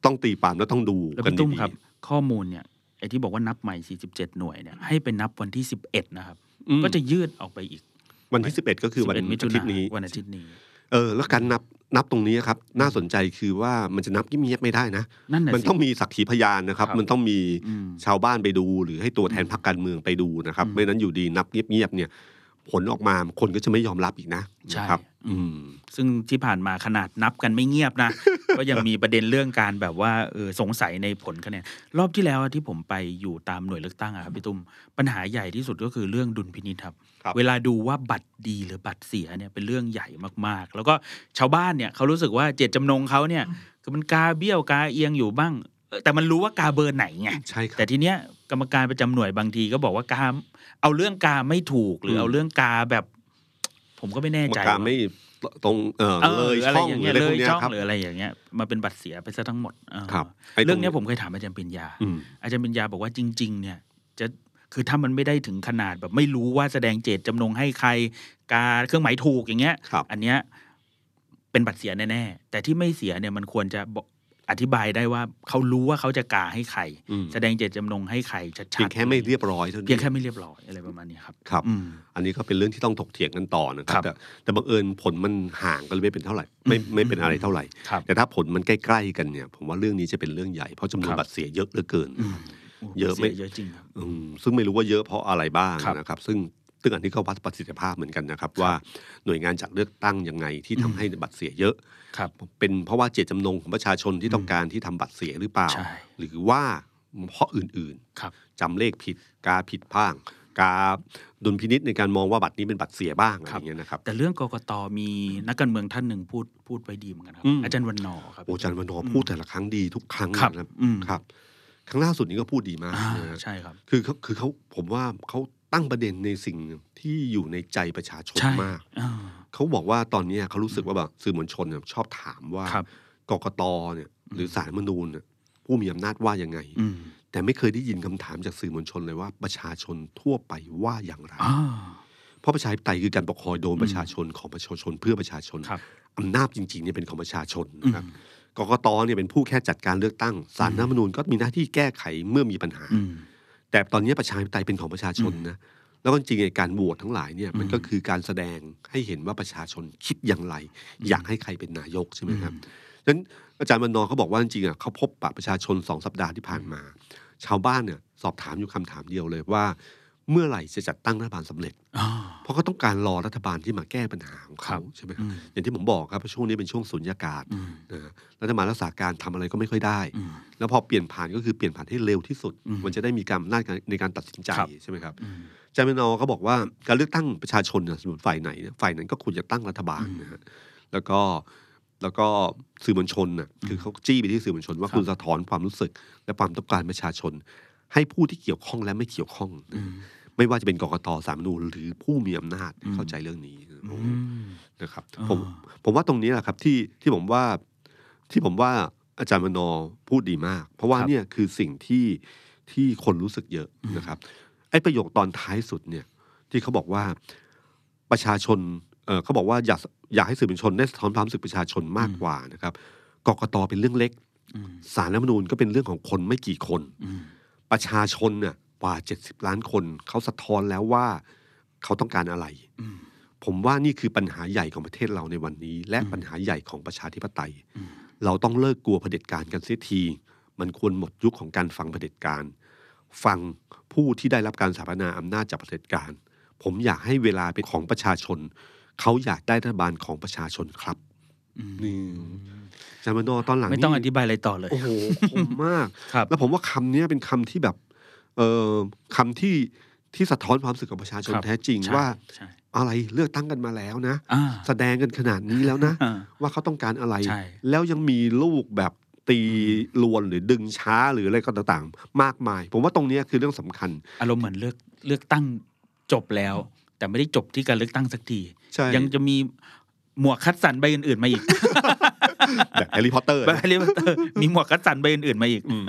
Speaker 2: ต้องตีความแล้วต้องดู
Speaker 3: แล้ว
Speaker 2: กัน
Speaker 3: พี่ตุ้ม
Speaker 2: ดี
Speaker 3: ครับ ข้อมูลเนี่ยไอ้ที่บอกว่านับใหม่ 47 หน่วยเนี่ยให้ไปนับวันที่ 11 นะครับ
Speaker 2: ๆอืม
Speaker 3: ก็จะยืดออกไปอีก
Speaker 2: วันที่ 11 ก็คือวัน
Speaker 3: 11มิถุ
Speaker 2: อาทิตย์
Speaker 3: นา
Speaker 2: นี้
Speaker 3: วันอาทิตย์นี้
Speaker 2: เออแล้วการนับนับตรงนี้ครับ น่าสนใจคือว่ามันจะนับเงียบๆไม่ได้นะ
Speaker 3: นั่นแหละ
Speaker 2: มัน
Speaker 3: สิ
Speaker 2: ต้องมีสักขีพยานนะครับ
Speaker 3: ครับ
Speaker 2: มันต้องมี
Speaker 3: อืม
Speaker 2: ชาวบ้านไปดู หรือให้ตัวแทนพรรคการเมืองไปดูนะครับ
Speaker 3: อืม
Speaker 2: ไม่นั้นอยู่ดีนับเงียบๆเนี่ย ผลออกมาคนก็จะไม่ยอมรับอีกนะ
Speaker 3: ใช่
Speaker 2: นะครับ อืม
Speaker 3: ซึ่งที่ผ่านมาขนาดนับกันไม่เงียบนะ ก็ยังมีประเด็นเรื่องการแบบว่าเออสงสัยในผลคะแนนรอบที่แล้วที่ผมไปอยู่ตามหน่วยเลือกตั้งอะครับพี่ตุ้มปัญหาใหญ่ที่สุดก็คือเรื่องดุลพินิจครับ
Speaker 2: ครับ
Speaker 3: เวลาดูว่าบัตรดีหรือบัตรเสียเนี่ยเป็นเรื่องใหญ่มากๆ แล้วก็ชาวบ้านเนี่ยเขารู้สึกว่าเจตจำนงเขาเนี่ยคือมันกาเบี้ยวกาเอียงอยู่บ้างเออแต่มันรู้ว่ากาเบอร์ไหนไง
Speaker 2: ใช่ครับ
Speaker 3: แต่ทีเนี้ยกรรมการประจำหน่วยบางทีก็บอกว่ากาเอาเรื่องกาไม่ถูกหรือ
Speaker 2: ม
Speaker 3: เอาเรื่องกาแบบ ผมก็ไม่แน่
Speaker 2: กรรม
Speaker 3: ใจ
Speaker 2: การไม่ตรงเออ
Speaker 3: เออ
Speaker 2: เลย
Speaker 3: หรืออะไร
Speaker 2: ช่อง
Speaker 3: อย่าง
Speaker 2: หรือย อะไรพวย ก
Speaker 3: เงี้เล
Speaker 2: เนี้ย
Speaker 3: ช่อง
Speaker 2: ครับ
Speaker 3: หรืออะไรอย่างเงี้ยมาเป็นบัตรเสียไปซะทั้งหมดเออ
Speaker 2: ครับไต
Speaker 3: เรื่องเนี้ยผมเคยถามอาจารย์ปริญญา
Speaker 2: อืม
Speaker 3: อาจารย์ปริญญาบอกว่าจริง ๆ เนี่ยจะคือถ้ามันไม่ได้ถึงขนาดแบบไม่รู้ว่าแสดงเจตจำนงให้ใคร การเครื่องหมายถูกอย่างเงี้ย
Speaker 2: ครับ
Speaker 3: อันเนี้ยเป็นบัตรเสียแน่ๆแต่ที่ไม่เสียเนี่ยมันควรจะบอกอธิบายได้ว่าเขารู้ว่าเขาจะกาให้ใคร
Speaker 2: อืม
Speaker 3: แสดงเจตจำนงให้ใครชัดๆ
Speaker 2: เพียงแค่ไม่เรียบร้อยเท่านั้น
Speaker 3: เพียงแค่ไม่เรียบร้อยอะไรประมาณนี้ครับ
Speaker 2: ครับ
Speaker 3: อืม
Speaker 2: อันนี้ก็เป็นเรื่องที่ต้องถกเถียงกันต่อนะค
Speaker 3: ครั
Speaker 2: รับ
Speaker 3: บ
Speaker 2: แต่แต่บังเอิญผลมันห่างกันเลยไม่เป็นเท่าไหร่ไม่ไม่เป็นอะไรเท่าไหร่
Speaker 3: ครับ
Speaker 2: แต่ถ้าผลมันใกล้ๆกันเนี่ยผมว่าเรื่องนี้จะเป็นเรื่องใหญ่เพราะจำนว
Speaker 3: คน รับ
Speaker 2: บัตรเสียเยอะเหลือเกิน เยอะไหม
Speaker 3: เยอะจริงครับ
Speaker 2: อืมซึ่งไม่รู้ว่าเยอะเพราะอะไรบ้าง
Speaker 3: ครับ
Speaker 2: นะครับ ซึ่งซึ่งอันนี้ก็วัดประสิทธิภาพเหมือนกันนะครับ ว่าหน่วยงานจัดเลือกตั้งยังไงที่ทำให้บัตรเสียเยอะ
Speaker 3: ครับ
Speaker 2: เป็นเพราะว่าเจตจำนงของประชาชนที่ต้องการที่ทำบัตรเสียหรือเปล่า
Speaker 3: ใช่
Speaker 2: หรือว่าเพราะอื่น
Speaker 3: ครับ
Speaker 2: ๆจำเลขผิดกาผิดพ้าง กราฟดุลพินิษในการมองว่าบัตรนี้เป็นบัตรเสียบ้างอะไร
Speaker 3: ครั
Speaker 2: อ
Speaker 3: บ
Speaker 2: ย่างเงี้ยนะครับ
Speaker 3: แต่เรื่องกกตมีนักการเมืองท่านหนึ่งพูดพูดไปดีเหมือนกันครับ
Speaker 2: อืม
Speaker 3: อาจารย์วันนอร์ครับ
Speaker 2: โอ้อาจารย์วันนอร์พูดแต่ละครั้งดีทุกครั้ง
Speaker 3: ครับ
Speaker 2: นะครับ
Speaker 3: อืม
Speaker 2: ครับ ครั้งล่าสุดนี้ก็พูดดีมาก
Speaker 3: อ่า
Speaker 2: นะฮะ
Speaker 3: ใช่ครับ
Speaker 2: คือเขาคือเขาผมว่าเขาตั้งประเด็นในสิ่งที่อยู่ในใจประชาชน
Speaker 3: ใช่
Speaker 2: มาก
Speaker 3: อ่า
Speaker 2: เขาบอกว่าตอนเนี้ยเขารู้สึกว่าแบบสื่อมวลชนเนี่ยชอบถามว่า
Speaker 3: ครับ
Speaker 2: กกตเนี่ยหรือสารมนูญเนี่ยผู้มีอำนาจว่ายังไง
Speaker 3: อืม
Speaker 2: แต่ไม่เคยได้ยินคำถามจากสื่อมวลชนเลยว่าประชาชนทั่วไปว่าอย่างไร
Speaker 3: อ่า
Speaker 2: เพราะประชาธิปไตยคือการปกครองโดยประชาชนของประชาชนเพื่อประชาชน
Speaker 3: ครับ
Speaker 2: อำนาจจริงๆเนี่ยเป็นของประชาชนนะครับกกตเนี่ยเป็นผู้แค่จัดการเลือกตั้งสารรัฐธรรมนูญก็มีหน้าที่แก้ไขเมื่อมีปัญหา
Speaker 3: อืม
Speaker 2: แต่ตอนนี้ประชาธิปไตยเป็นของประชาชนนะแล้วก็จริงๆไอ้การโหวตทั้งหลายเนี่ยมันก็คือการแสดงให้เห็นว่าประชาชนคิดอย่างไร อยากให้ใครเป็นนายกใช่ไหมครับฉะนั้นอาจารย์วันนอร์เขาบอกว่าจริงๆอ่ะเขาพบปะประชาชนสองสัปดาห์ที่ผ่านมา ชาวบ้านเนี่ยสอบถามอยู่คำถามเดียวเลยว่า เมื่อไหร่จะจัดตั้งรัฐบาลสำเร็จ
Speaker 3: อ่า
Speaker 2: เพราะเขาต้องการรอรัฐบาลที่มาแก้ปัญหาของเขาใช่ไหมครับ
Speaker 3: อืม
Speaker 2: อย่างที่ผมบอกครับว่าช่วงนี้เป็นช่วงสุญญากาศ
Speaker 3: อืม
Speaker 2: นะฮะรัฐบาลรักษาการทำอะไรก็ไม่ค่อยได้
Speaker 3: อืม
Speaker 2: แล้วพอเปลี่ยนผ่านก็คือเปลี่ยนผ่านให้เร็วที่สุด
Speaker 3: อืม
Speaker 2: มันจะได้มีการอำนาจในการตัดสินใจ
Speaker 3: ครับ
Speaker 2: ใช่ไหมครับ
Speaker 3: อืม
Speaker 2: จามินอเขาบอกว่าการเลือกตั้งประชาชนเนี่ยสมมติฝ่ายไหนเนี่ยฝ่ายนั้นก็ควรจะตั้งรัฐบาลนะฮะแล้วก็แล้วก็สื่อมวลชนน่ะคือเขาจี้ไปที่สื่อมวลชน ว่า
Speaker 3: ครับ
Speaker 2: คุณสะท้อนความรู้สึก และความต้องการประชาชน ให้ผู้ที่เกี่ยวข้องและไม่เกี่ยวข้องนะ
Speaker 3: อื
Speaker 2: ฮะ
Speaker 3: ม
Speaker 2: ไม่ว่าจะเป็นกกตสามนูนหรือผู้มีอำนาจ
Speaker 3: อืม
Speaker 2: เข้าใจเรื่องนี้โอ้
Speaker 3: อืม
Speaker 2: นะครับ
Speaker 3: อ่า
Speaker 2: ผมผมว่าตรงนี้แหละครับที่ที่ผมว่าที่ผมว่าอาจารย์มนอพูดดีมาก เพราะว่าเนี่ยคือสิ่งที่ที่คนรู้สึกเยอะนะครับไอ้ประโยคตอนท้ายสุดเนี่ยที่เขาบอกว่าประชาชนเอ่อเขาบอกว่าอยากอยากให้สื่อมวลชนได้สะท้อนความรู้สึกประชาชนมากกว่านะครับกกตเป็นเรื่องเล็ก
Speaker 3: อืม
Speaker 2: สารรัฐธรรมนูญก็เป็นเรื่องของคนไม่กี่คน
Speaker 3: อืม
Speaker 2: ประชาชนเนี่ยกว่า 70 ล้านคนเขาสะท้อนแล้วว่าเขาต้องการอะไร
Speaker 3: อืม
Speaker 2: ผมว่านี่คือปัญหาใหญ่ของประเทศเราในวันนี้ และปัญหาใหญ่ของประชาธิปไตย
Speaker 3: อืม
Speaker 2: เราต้องเลิกกลัวเผด็จการกันเสียที มันควรหมดยุคของการฟังเผด็จการ ฟังผู้ที่ได้รับการสถาปนาอำนาจจากเผด็จการ ผมอยากให้เวลาเป็นของประชาชน เขาอยากได้รัฐบาลของประชาชนครับนี่อาจารย์มโนตอนหลัง
Speaker 3: ไม่
Speaker 2: นี่
Speaker 3: ต้องอธิบายอะไรต่อเลย
Speaker 2: โอ้โหคมมาก
Speaker 3: ครับ
Speaker 2: แล้วผมว่าคำเนี้ยเป็นคำที่แบบ เอ่อคำที่ที่สะท้อนความรู้สึกของประชาชน
Speaker 3: ครับ
Speaker 2: แท้จริง
Speaker 3: ใช่
Speaker 2: ว่า
Speaker 3: ใช่
Speaker 2: อะไรเลือกตั้งกันมาแล้วนะ
Speaker 3: อ่า
Speaker 2: แสดงกันขนาดนี้ แล้วนะ ว่าเขาต้องการอะไร
Speaker 3: ใช่
Speaker 2: แล้วยังมีลูกแบบตีลวนหรือดึงช้าหรืออะไรก็ต่างๆ มากมาย ผมว่าตรงเนี้ยคือเรื่องสำคัญ
Speaker 3: อารมณ์เหมือนเลือกเลือกตั้งจบแล้ว แต่ไม่ได้จบที่การเลือกตั้งสักที
Speaker 2: ใช่
Speaker 3: ยังจะมีหมวกคัดสรรใบอื่นๆมาอีก
Speaker 2: แบบแฮร์รี่พอตเตอร์
Speaker 3: แบบเรียกว่าเออมีหมวกคัดสรรใบอื่นๆมาอีก
Speaker 2: อืม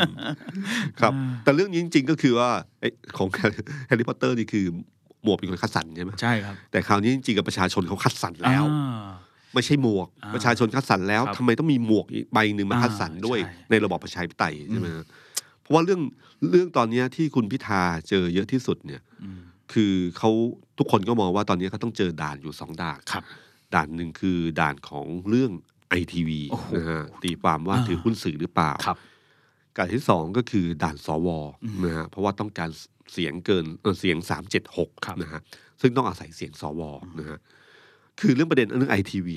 Speaker 2: ครับ
Speaker 3: อ่า
Speaker 2: แต่เรื่องนี้จริงๆก็คือว่าเอ้ยของ แฮร์รี่พอตเตอร์นี่คือหมวกเป็นคนคัดสรรใช่ไหม
Speaker 3: ใช่ครับ
Speaker 2: แต่คราวนี้จริงๆกับประชาชนเขาคัดสรรแล้ว
Speaker 3: อ่า
Speaker 2: ไม่ใช่หมวก
Speaker 3: อ่า
Speaker 2: ประชาชนคัดสรรแล้ว
Speaker 3: ครับ
Speaker 2: ทำไมต้องมีหมวกอีกใบหนึ่งมา
Speaker 3: อ่า
Speaker 2: คัดสรรด้วย
Speaker 3: ใช่
Speaker 2: ในระบอบประชาธิปไตยใช่ไหมฮะเพราะว่าเรื่องเรื่องตอนเนี้ยที่คุณพิธาเจอเยอะที่สุดเนี่ย
Speaker 3: อืม
Speaker 2: คือเขาทุกคนก็มองว่าตอนนี้เขาต้องเจอด่านอยู่สองด่าน
Speaker 3: ครับ
Speaker 2: ด่านหนึ่งคือด่านของเรื่องไอทีวี
Speaker 3: โอ้โห
Speaker 2: นะฮะตีความว่า
Speaker 3: อ่า
Speaker 2: ถือหุ้นสื่อหรือเปล่า
Speaker 3: ครับ
Speaker 2: การที่สองก็คือด่านสวนะฮะเพราะว่าต้องการเสียงเกินเอ่อเสียงสามเจ็ดหก
Speaker 3: ครับ
Speaker 2: นะฮะซึ่งต้องอาศัยเสียงสวนะฮะคือเรื่องประเด็นเรื่องไอทีวี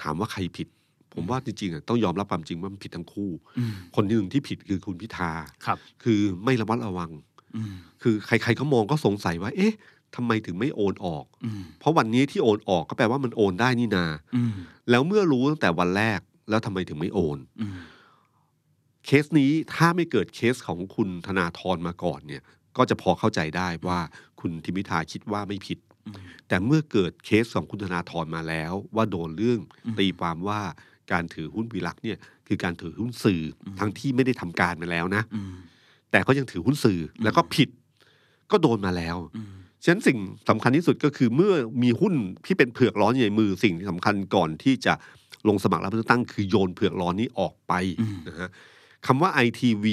Speaker 2: ถามว่าใครผิด ผมว่าจริงๆอะต้องยอมรับความจริงว่ามันผิดทั้งคู่
Speaker 3: อืม
Speaker 2: คนหนึ่งที่ผิดคือคุณพิธา
Speaker 3: ครับ
Speaker 2: คือไม่ระมัดระวัง
Speaker 3: อืม
Speaker 2: คือใครๆก็มองก็สงสัยว่า เอ๊ะทำไมถึงไม่โอนออก
Speaker 3: อืม
Speaker 2: เพราะวันนี้ที่โอนออกก็แปลว่ามันโอนได้นี่นา
Speaker 3: อืม
Speaker 2: แล้วเมื่อรู้ตั้งแต่วันแรก แล้วทำไมถึงไม่โอน
Speaker 3: อืม
Speaker 2: เคสนี้ถ้าไม่เกิดเคสของคุณธนาธรมาก่อนเนี่ย ก็จะพอเข้าใจได้ว่าคุณทิมพิธาคิดว่าไม่ผิด
Speaker 3: อืม
Speaker 2: แต่เมื่อเกิดเคสของคุณธนาธรมาแล้ว ว่าโดนเรื่องตีความว่าการถือหุ้นวีลักษณ์เนี่ยคือการถือหุ้นสื่ออ
Speaker 3: ม
Speaker 2: ทั้งที่ไม่ได้ทำการมาแล้วนะ
Speaker 3: อืม
Speaker 2: แต่ก็ยังถือหุ้นสื่อแล้วก็ผิด ก็โดนมาแล้ว
Speaker 3: อืม
Speaker 2: ฉะนั้นสิ่งสำคัญที่สุดก็คือเมื่อมีหุ้นที่เป็นเผือกร้อนอยู่ในมือสิ่งที่สำคัญก่อนที่จะลงสมัครรับเลือกตั้งคือโยนเผือกร้อนนี้ออกไป
Speaker 3: อืม
Speaker 2: นะฮะคำว่า ITV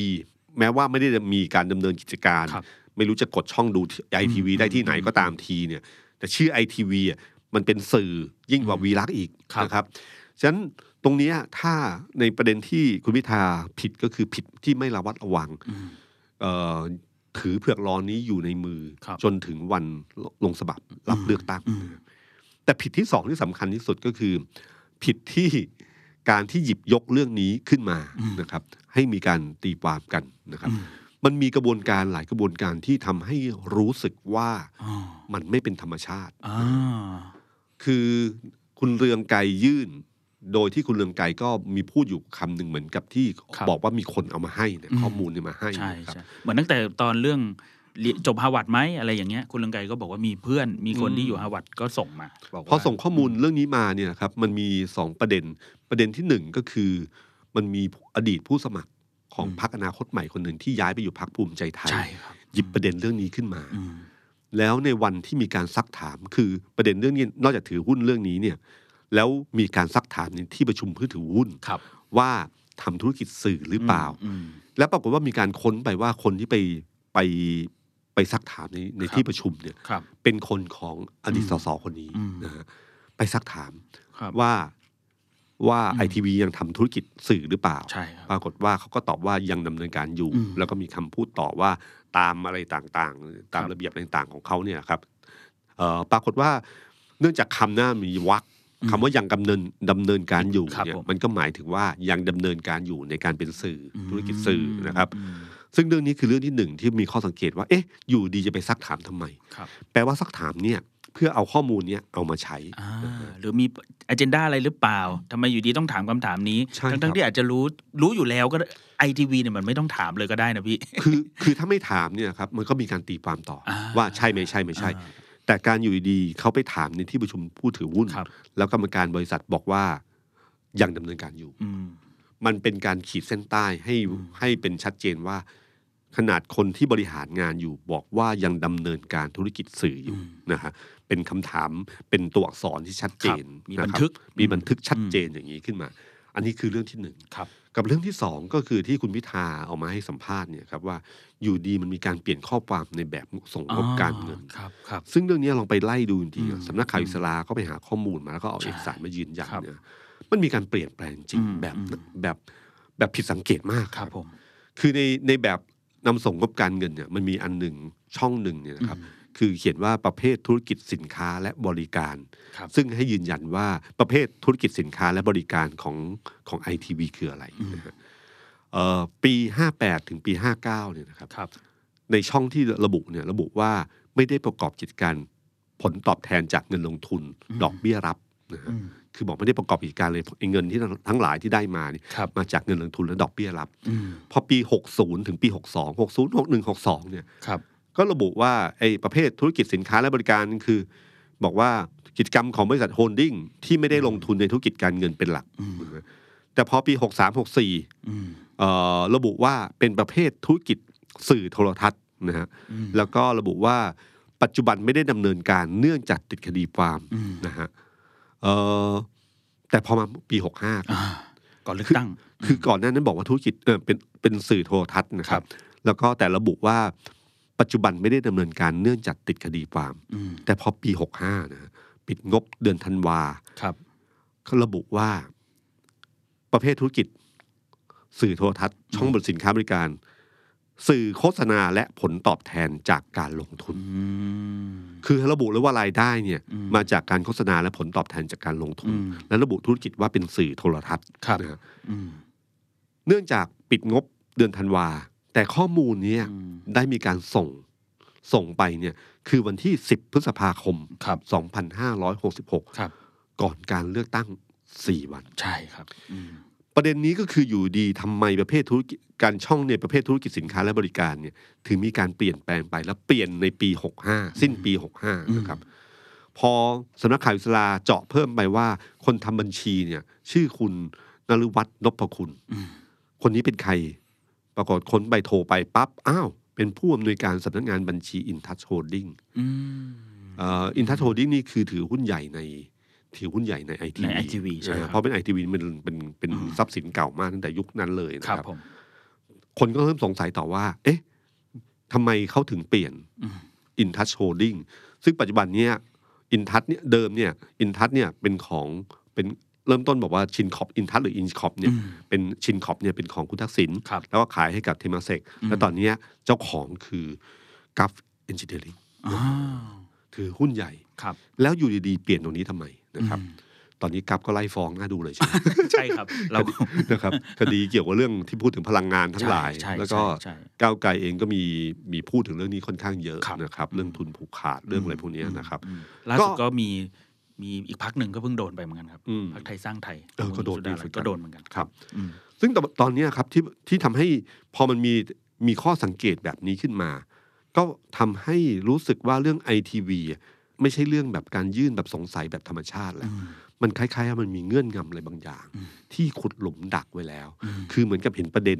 Speaker 2: แม้ว่าไม่ได้มีการดำเนินกิจการ
Speaker 3: ครับ
Speaker 2: ไม่รู้จะกดช่องดูไอทีวี
Speaker 3: อืม
Speaker 2: ได้ที่ไหนก็ตามทีเนี่ย แต่ชื่อ ITV อ่ะมันเป็นสื่อยิ่งกว่าวีรักอีก
Speaker 3: ครับ
Speaker 2: นะครับฉะนั้นตรงเนี้ยถ้าในประเด็นที่คุณพิธาผิดก็คือผิดที่ไม่ระวัดระวัง
Speaker 3: อืม
Speaker 2: เอ่อถือเผือกร้อนนี้อยู่ในมือ
Speaker 3: ครับ
Speaker 2: จนถึงวันลลงสมัครรับ
Speaker 3: อืม
Speaker 2: เลือกตั้ง
Speaker 3: อืม
Speaker 2: แต่ผิดที่สองที่สำคัญที่สุดก็คือ ผิดที่การที่หยิบยกเรื่องนี้ขึ้นมานะครับ ให้มีการตีความกันนะครับ
Speaker 3: อืม
Speaker 2: มันมีกระบวนการหลายกระบวนการที่ทำให้รู้สึกว่า
Speaker 3: อ๋อ
Speaker 2: มันไม่เป็นธรรมชาติ
Speaker 3: อ่า
Speaker 2: คือคุณเรืองไกรยื่น โดยที่คุณเรืองไกรก็มีพูดอยู่คำหนึ่งเหมือนกับที่บอกว่ามีคนเอามาให้เนี่ยข้อมูลเนี่ยมาให้
Speaker 3: ใช่
Speaker 2: นะครับ
Speaker 3: ใช่เหมือนตั้งแต่ตอนเรื่องเรียนจบฮาร์วาร์ดไหมอะไรอย่างเงี้ย คุณเลังไกรก็บอกว่ามีเพื่อน มีคน
Speaker 2: อืม
Speaker 3: ที่อยู่ฮาร์วาร์ดก็ส่งมาบกว่า
Speaker 2: พอส่งข้อมูลเรื่องนี้มาเนี่ยนะครับมันมีสองประเด็นประเด็นที่หนึ่งก็คือ มันมีอดีตผู้สมัครของพรรคอนาคตใหม่คนหนึ่งที่ย้ายไปอยู่พรรคภูมิใจไทย
Speaker 3: ใช่ครับ
Speaker 2: หยิบประเด็นเรื่องนี้ขึ้นมา
Speaker 3: อืม
Speaker 2: แล้วในวันที่มีการซักถามคือประเด็นเรื่องนี้นอกจากถือหุ้นเรื่องนี้เนี่ยแล้วมีการซักถามในที่ประชุมผู้ถือหุ้น
Speaker 3: ครับ
Speaker 2: ว่าทำธุรกิจสื่อหรือเปล่า
Speaker 3: อืม
Speaker 2: แล้วปรากฏว่ามีการค้นไปว่าคนที่ไปไปไปซักถามในใน
Speaker 3: ครับ
Speaker 2: ที่ประชุมเนี่ย
Speaker 3: ครับ
Speaker 2: เป็นคนของอดีต
Speaker 3: อื
Speaker 2: ส
Speaker 3: ม
Speaker 2: สคนนี้
Speaker 3: อืม
Speaker 2: นะฮะไปซักถาม
Speaker 3: ครับ
Speaker 2: ว่าว่า
Speaker 3: อืม
Speaker 2: ไอทีวียังทำธุรกิจสื่อหรือเปล่า
Speaker 3: ใช่ครับ
Speaker 2: ปรากฏว่าเขาก็ตอบว่ายังดำเนินการอยู่
Speaker 3: อืม
Speaker 2: แล้วก็มีคำพูดต่อว่าตามอะไรต่างๆ ตาม
Speaker 3: ครับ
Speaker 2: ระเบียบอะไรต่างๆของเขาเนี่ยครับเอ่อปรากฏว่าเนื่องจากคำหน้ามีวรรคคำว่ายังดำเนินดำเนินการอยู่
Speaker 3: ครับ
Speaker 2: เนี่ย
Speaker 3: ผม
Speaker 2: มันก็หมายถึงว่ายังดำเนินการอยู่ในการเป็นสื่ออ
Speaker 3: ม
Speaker 2: ธุรกิจสื่อนะครับ
Speaker 3: อืม
Speaker 2: ซึ่งเรื่องนี้คือเรื่องที่หนึ่งที่มีข้อสังเกตว่าเอ๊ะอยู่ดีจะไปซักถามทำไม
Speaker 3: ครับ
Speaker 2: แปลว่าซักถามเนี่ยเพื่อเอาข้อมูลเนี่ยเอามาใช้
Speaker 3: อ่าหรือมีอ g e n d a อะไรหรือเปล่าทำไมอยู่ดีต้องถามคำถามนี้
Speaker 2: ใช่
Speaker 3: ทั้ง
Speaker 2: ครั
Speaker 3: ทั้
Speaker 2: บ
Speaker 3: งที่อาจจะรู้รู้อยู่แล้วก็ไอทีวีเนี่ยมันไม่ต้องถามเลยก็ได้นะพี่
Speaker 2: คือคือถ้าไม่ถามเนี่ยครับมันก็มีการตีความต่ออา ว่าใช่ไม่ใช่ไม่ใช่
Speaker 3: อ่า
Speaker 2: แต่การอยู่ดีๆเขาไปถามในที่ประชุมผู้ถือหุ้น
Speaker 3: ครับ
Speaker 2: แล้วกรรมการบริษัทบอกว่ายังดำเนินการอยู่
Speaker 3: อืม
Speaker 2: มันเป็นการขีดเส้นใต้ให้
Speaker 3: อืม
Speaker 2: ให้เป็นชัดเจนว่า ขนาดคนที่บริหารงานอยู่ บอกว่ายังดำเนินการธุรกิจสื่ออยู่นะฮะเป็นคำถามเป็นตัวอักษรที่ชัดเจน
Speaker 3: ครับมี
Speaker 2: ะ
Speaker 3: บัน
Speaker 2: ครับ
Speaker 3: ทึก
Speaker 2: มีบันทึกชัดเจนอย่างนี้ขึ้นมา อันนี้คือเรื่องที่หนึ่ง
Speaker 3: ครับ
Speaker 2: กับเรื่องที่สองก็คือที่คุณพิธาออกมาให้สัมภาษณ์เนี่ยครับว่าอยู่ดีมันมีการเปลี่ยนข้อความในแบบส่งงบการเงิน
Speaker 3: อ่ครับครับ
Speaker 2: ซึ่งเรื่องนี้ลองไปไล่ดูจริงๆอะ
Speaker 3: อืม
Speaker 2: สำนักข่าวอิสราก็ไปหาข้อมูลมาแล้วก็เอา
Speaker 3: ใช่
Speaker 2: เอกสารมายืนยัน
Speaker 3: ครับ
Speaker 2: เนี่ยมันมีการเปลี่ยนแปลงจริง
Speaker 3: อืม
Speaker 2: แบบ
Speaker 3: อืม
Speaker 2: แบบแบบผิดสังเกตมาก
Speaker 3: ครับผม
Speaker 2: คือในในแบบนำส่งงบการเงินเนี่ยมันมีอันหนึ่งช่องหนึ่งเนี่ยนะครับ คือเขียนว่าประเภทธุรกิจสินค้าและบริการ
Speaker 3: ครับ
Speaker 2: ซึ่งให้ยืนยันว่าประเภทธุรกิจสินค้าและบริการของของไอทีวีคืออะไร
Speaker 3: อืม
Speaker 2: นะฮะเอ่อปี 58 ถึงปี 59เนี่ยนะครับ
Speaker 3: ครับ
Speaker 2: ในช่องที่ระบุเนี่ยระบุว่าไม่ได้ประกอบกิจการผลตอบแทนจากเงินลงทุน
Speaker 3: อืม
Speaker 2: ดอกเบี้ยรับนะฮะ
Speaker 3: อืม
Speaker 2: คือบอกไม่ได้ประกอบกิจการเลยไอ้เงินที่ทั้งหลายที่ได้มาเนี่ย
Speaker 3: ครับ
Speaker 2: มาจากเงินลงทุนและดอกเบี้ยรับ
Speaker 3: อืม
Speaker 2: พอปี 60 ถึงปี 62 60 61 62เนี่ย
Speaker 3: ครับ
Speaker 2: ก็ระบุว่าไอ้ประเภทธุรกิจสินค้าและบริการคือ บอกว่ากิจกรรมของบริษัทโฮลดิ้งที่ไม่ได้ลงทุนในธุรกิจการเงินเป็นหลัก
Speaker 3: อืม
Speaker 2: แต่พอปี 63 64
Speaker 3: อืม
Speaker 2: เอ่อระบุว่าเป็นประเภทธุรกิจสื่อโทรทัศน์นะฮะ
Speaker 3: อืม
Speaker 2: แล้วก็ระบุว่าปัจจุบันไม่ได้ดำเนินการเนื่องจากติดคดีความ
Speaker 3: อืม
Speaker 2: นะฮะเอ่อแต่พอมาปี 65
Speaker 3: อ่าก่อนเลือกตั้ง
Speaker 2: คือก่อนหน้านั้นบอกว่าธุรกิจเออเป็นเป็นสื่อโทรทัศน์นะค
Speaker 3: ครั
Speaker 2: รับ
Speaker 3: บ
Speaker 2: แล้วก็แต่ระบุว่าปัจจุบันไม่ได้ดำเนินการเนื่องจากติดคดีความ
Speaker 3: อืม
Speaker 2: แต่พอปี 65นะฮะปิดงบเดือนธันวา
Speaker 3: ครับ
Speaker 2: เขาระบุว่าประเภทธุรกิจ สื่อโทรทัศน์ช่องบนสินค้าบริการ สื่อโฆษณาและผลตอบแทนจากการลงทุน
Speaker 3: อืม
Speaker 2: คือระบุเลยว่ารายได้เนี่ย
Speaker 3: อืม
Speaker 2: มาจากการโฆษณาและผลตอบแทนจากการลงทุน
Speaker 3: อืม
Speaker 2: และระบุธุรกิจว่าเป็นสื่อโทรทัศน์
Speaker 3: ครับ
Speaker 2: นะฮะ
Speaker 3: อืม
Speaker 2: เนื่องจากปิดงบเดือนธันวา แต่ข้อมูลเนี้ย
Speaker 3: อืม
Speaker 2: ได้มีการส่งส่งไปเนี่ย คือวันที่ 10 พฤษภาคม
Speaker 3: ครับ
Speaker 2: 2566
Speaker 3: ครับ
Speaker 2: ก่อนการเลือกตั้ง 4 วัน
Speaker 3: ใช่ครับอืม
Speaker 2: ประเด็นนี้ก็คืออยู่ดีทำไมประเภทธุรกิจการช่องในประเภทธุรกิจสินค้าและบริการเนี่ยถึงมีการเปลี่ยนแปลงไปและเปลี่ยนในปี 65 สิ้นปี 65 นะครับ พอสำนักข่าวอิสลาเจาะเพิ่มไปว่าคนทำบัญชีเนี่ย ชื่อคุณนฤวัฒน์นพคุณ คนนี้เป็นใคร ปรากฏค้นไปโทรไปปั๊บ อ้าว เป็นผู้อำนวยการสำนักงานบัญชีอินทัชโฮดดิ้ง
Speaker 3: อืม
Speaker 2: อินทัชโฮดดิ้งนี่คือถือหุ้นใหญ่ในถือหุ้นใหญ่ในไอที
Speaker 3: ใน ITV ใช่ครับ
Speaker 2: เพราะเป็นไอทีวีมันเป็นเป็นทรัพย์สินเก่ามากตั้งแต่ยุคนั้นเลยนะ
Speaker 3: ค
Speaker 2: ค
Speaker 3: รั
Speaker 2: รั
Speaker 3: บบ ผม
Speaker 2: คนก็เริ่มสงสัยต่อว่า เอ๊ะทำไมเขาถึงเปลี่ยน
Speaker 3: อืม
Speaker 2: อินทัชโฮดดิ้งซึ่งปัจจุบันเนี่ยอินทัชเนี่ยเดิมเนี่ยอินทัชเนี่ยเป็นของเป็นเริ่มต้นบอกว่าชินคอปอินทัชหรืออินคอปเนี่ยเป็นชินคอปเนี่ยเป็นของคุณทักษิณ
Speaker 3: ครับ
Speaker 2: แล้วก็ขายให้กับเทมาเซก
Speaker 3: อืม
Speaker 2: และตอนเนี้ยเจ้าของคือกราฟเอนจิเนียริง
Speaker 3: อ้าว
Speaker 2: ถือหุ้นใหญ่
Speaker 3: ครับ
Speaker 2: แล้วอยู่ดีๆ เปลี่ยนตรงนี้ทำไมนะครับ
Speaker 3: อืม
Speaker 2: ตอนนี้กับก็ไล่ฟ้องน่าดูเลยใช่ไหม
Speaker 3: ใช่ครับ เราก็
Speaker 2: นะครับคดีเกี่ยวกับเรื่องที่พูดถึงพลังงานทั้งหลาย
Speaker 3: ใช่ใช่
Speaker 2: แล้วก็
Speaker 3: ใช่ใช่
Speaker 2: ก้าวไกลเองก็มีมีพูดถึงเรื่องนี้ค่อนข้างเยอะ
Speaker 3: ครับ
Speaker 2: นะครับเรื่องทุนผูกขาดเรื่องอะไรพวกเนี้ยนะครับ
Speaker 3: อืมล่าสุดก็มีมีอีกพักหนึ่งก็เพิ่งโดนไปเหมือนกันครับ
Speaker 2: อืม
Speaker 3: พักไทยสร้างไทย
Speaker 2: เออก็โดน
Speaker 3: คุณสุา
Speaker 2: ดีเหมือนกั
Speaker 3: รัตก็
Speaker 2: น
Speaker 3: โดนเหมือนกัน
Speaker 2: ครับ
Speaker 3: อืม
Speaker 2: ซึ่งตตอนเนี้ยครับที่ที่ทำให้พอมันมีมีข้อสังเกตแบบนี้ขึ้นมา ก็ทำให้รู้สึกว่าเรื่องไอทีวีไม่ใช่เรื่องแบบการยื่นแบบสงสัยแบบธรรมชาติแล้ว มันคล้ายๆว่ามันมีเงื่อนงำอะไรบางอย่าง ที่ขุดหลุมดักไว้แล้ว คือเหมือนกับเห็นประเด็น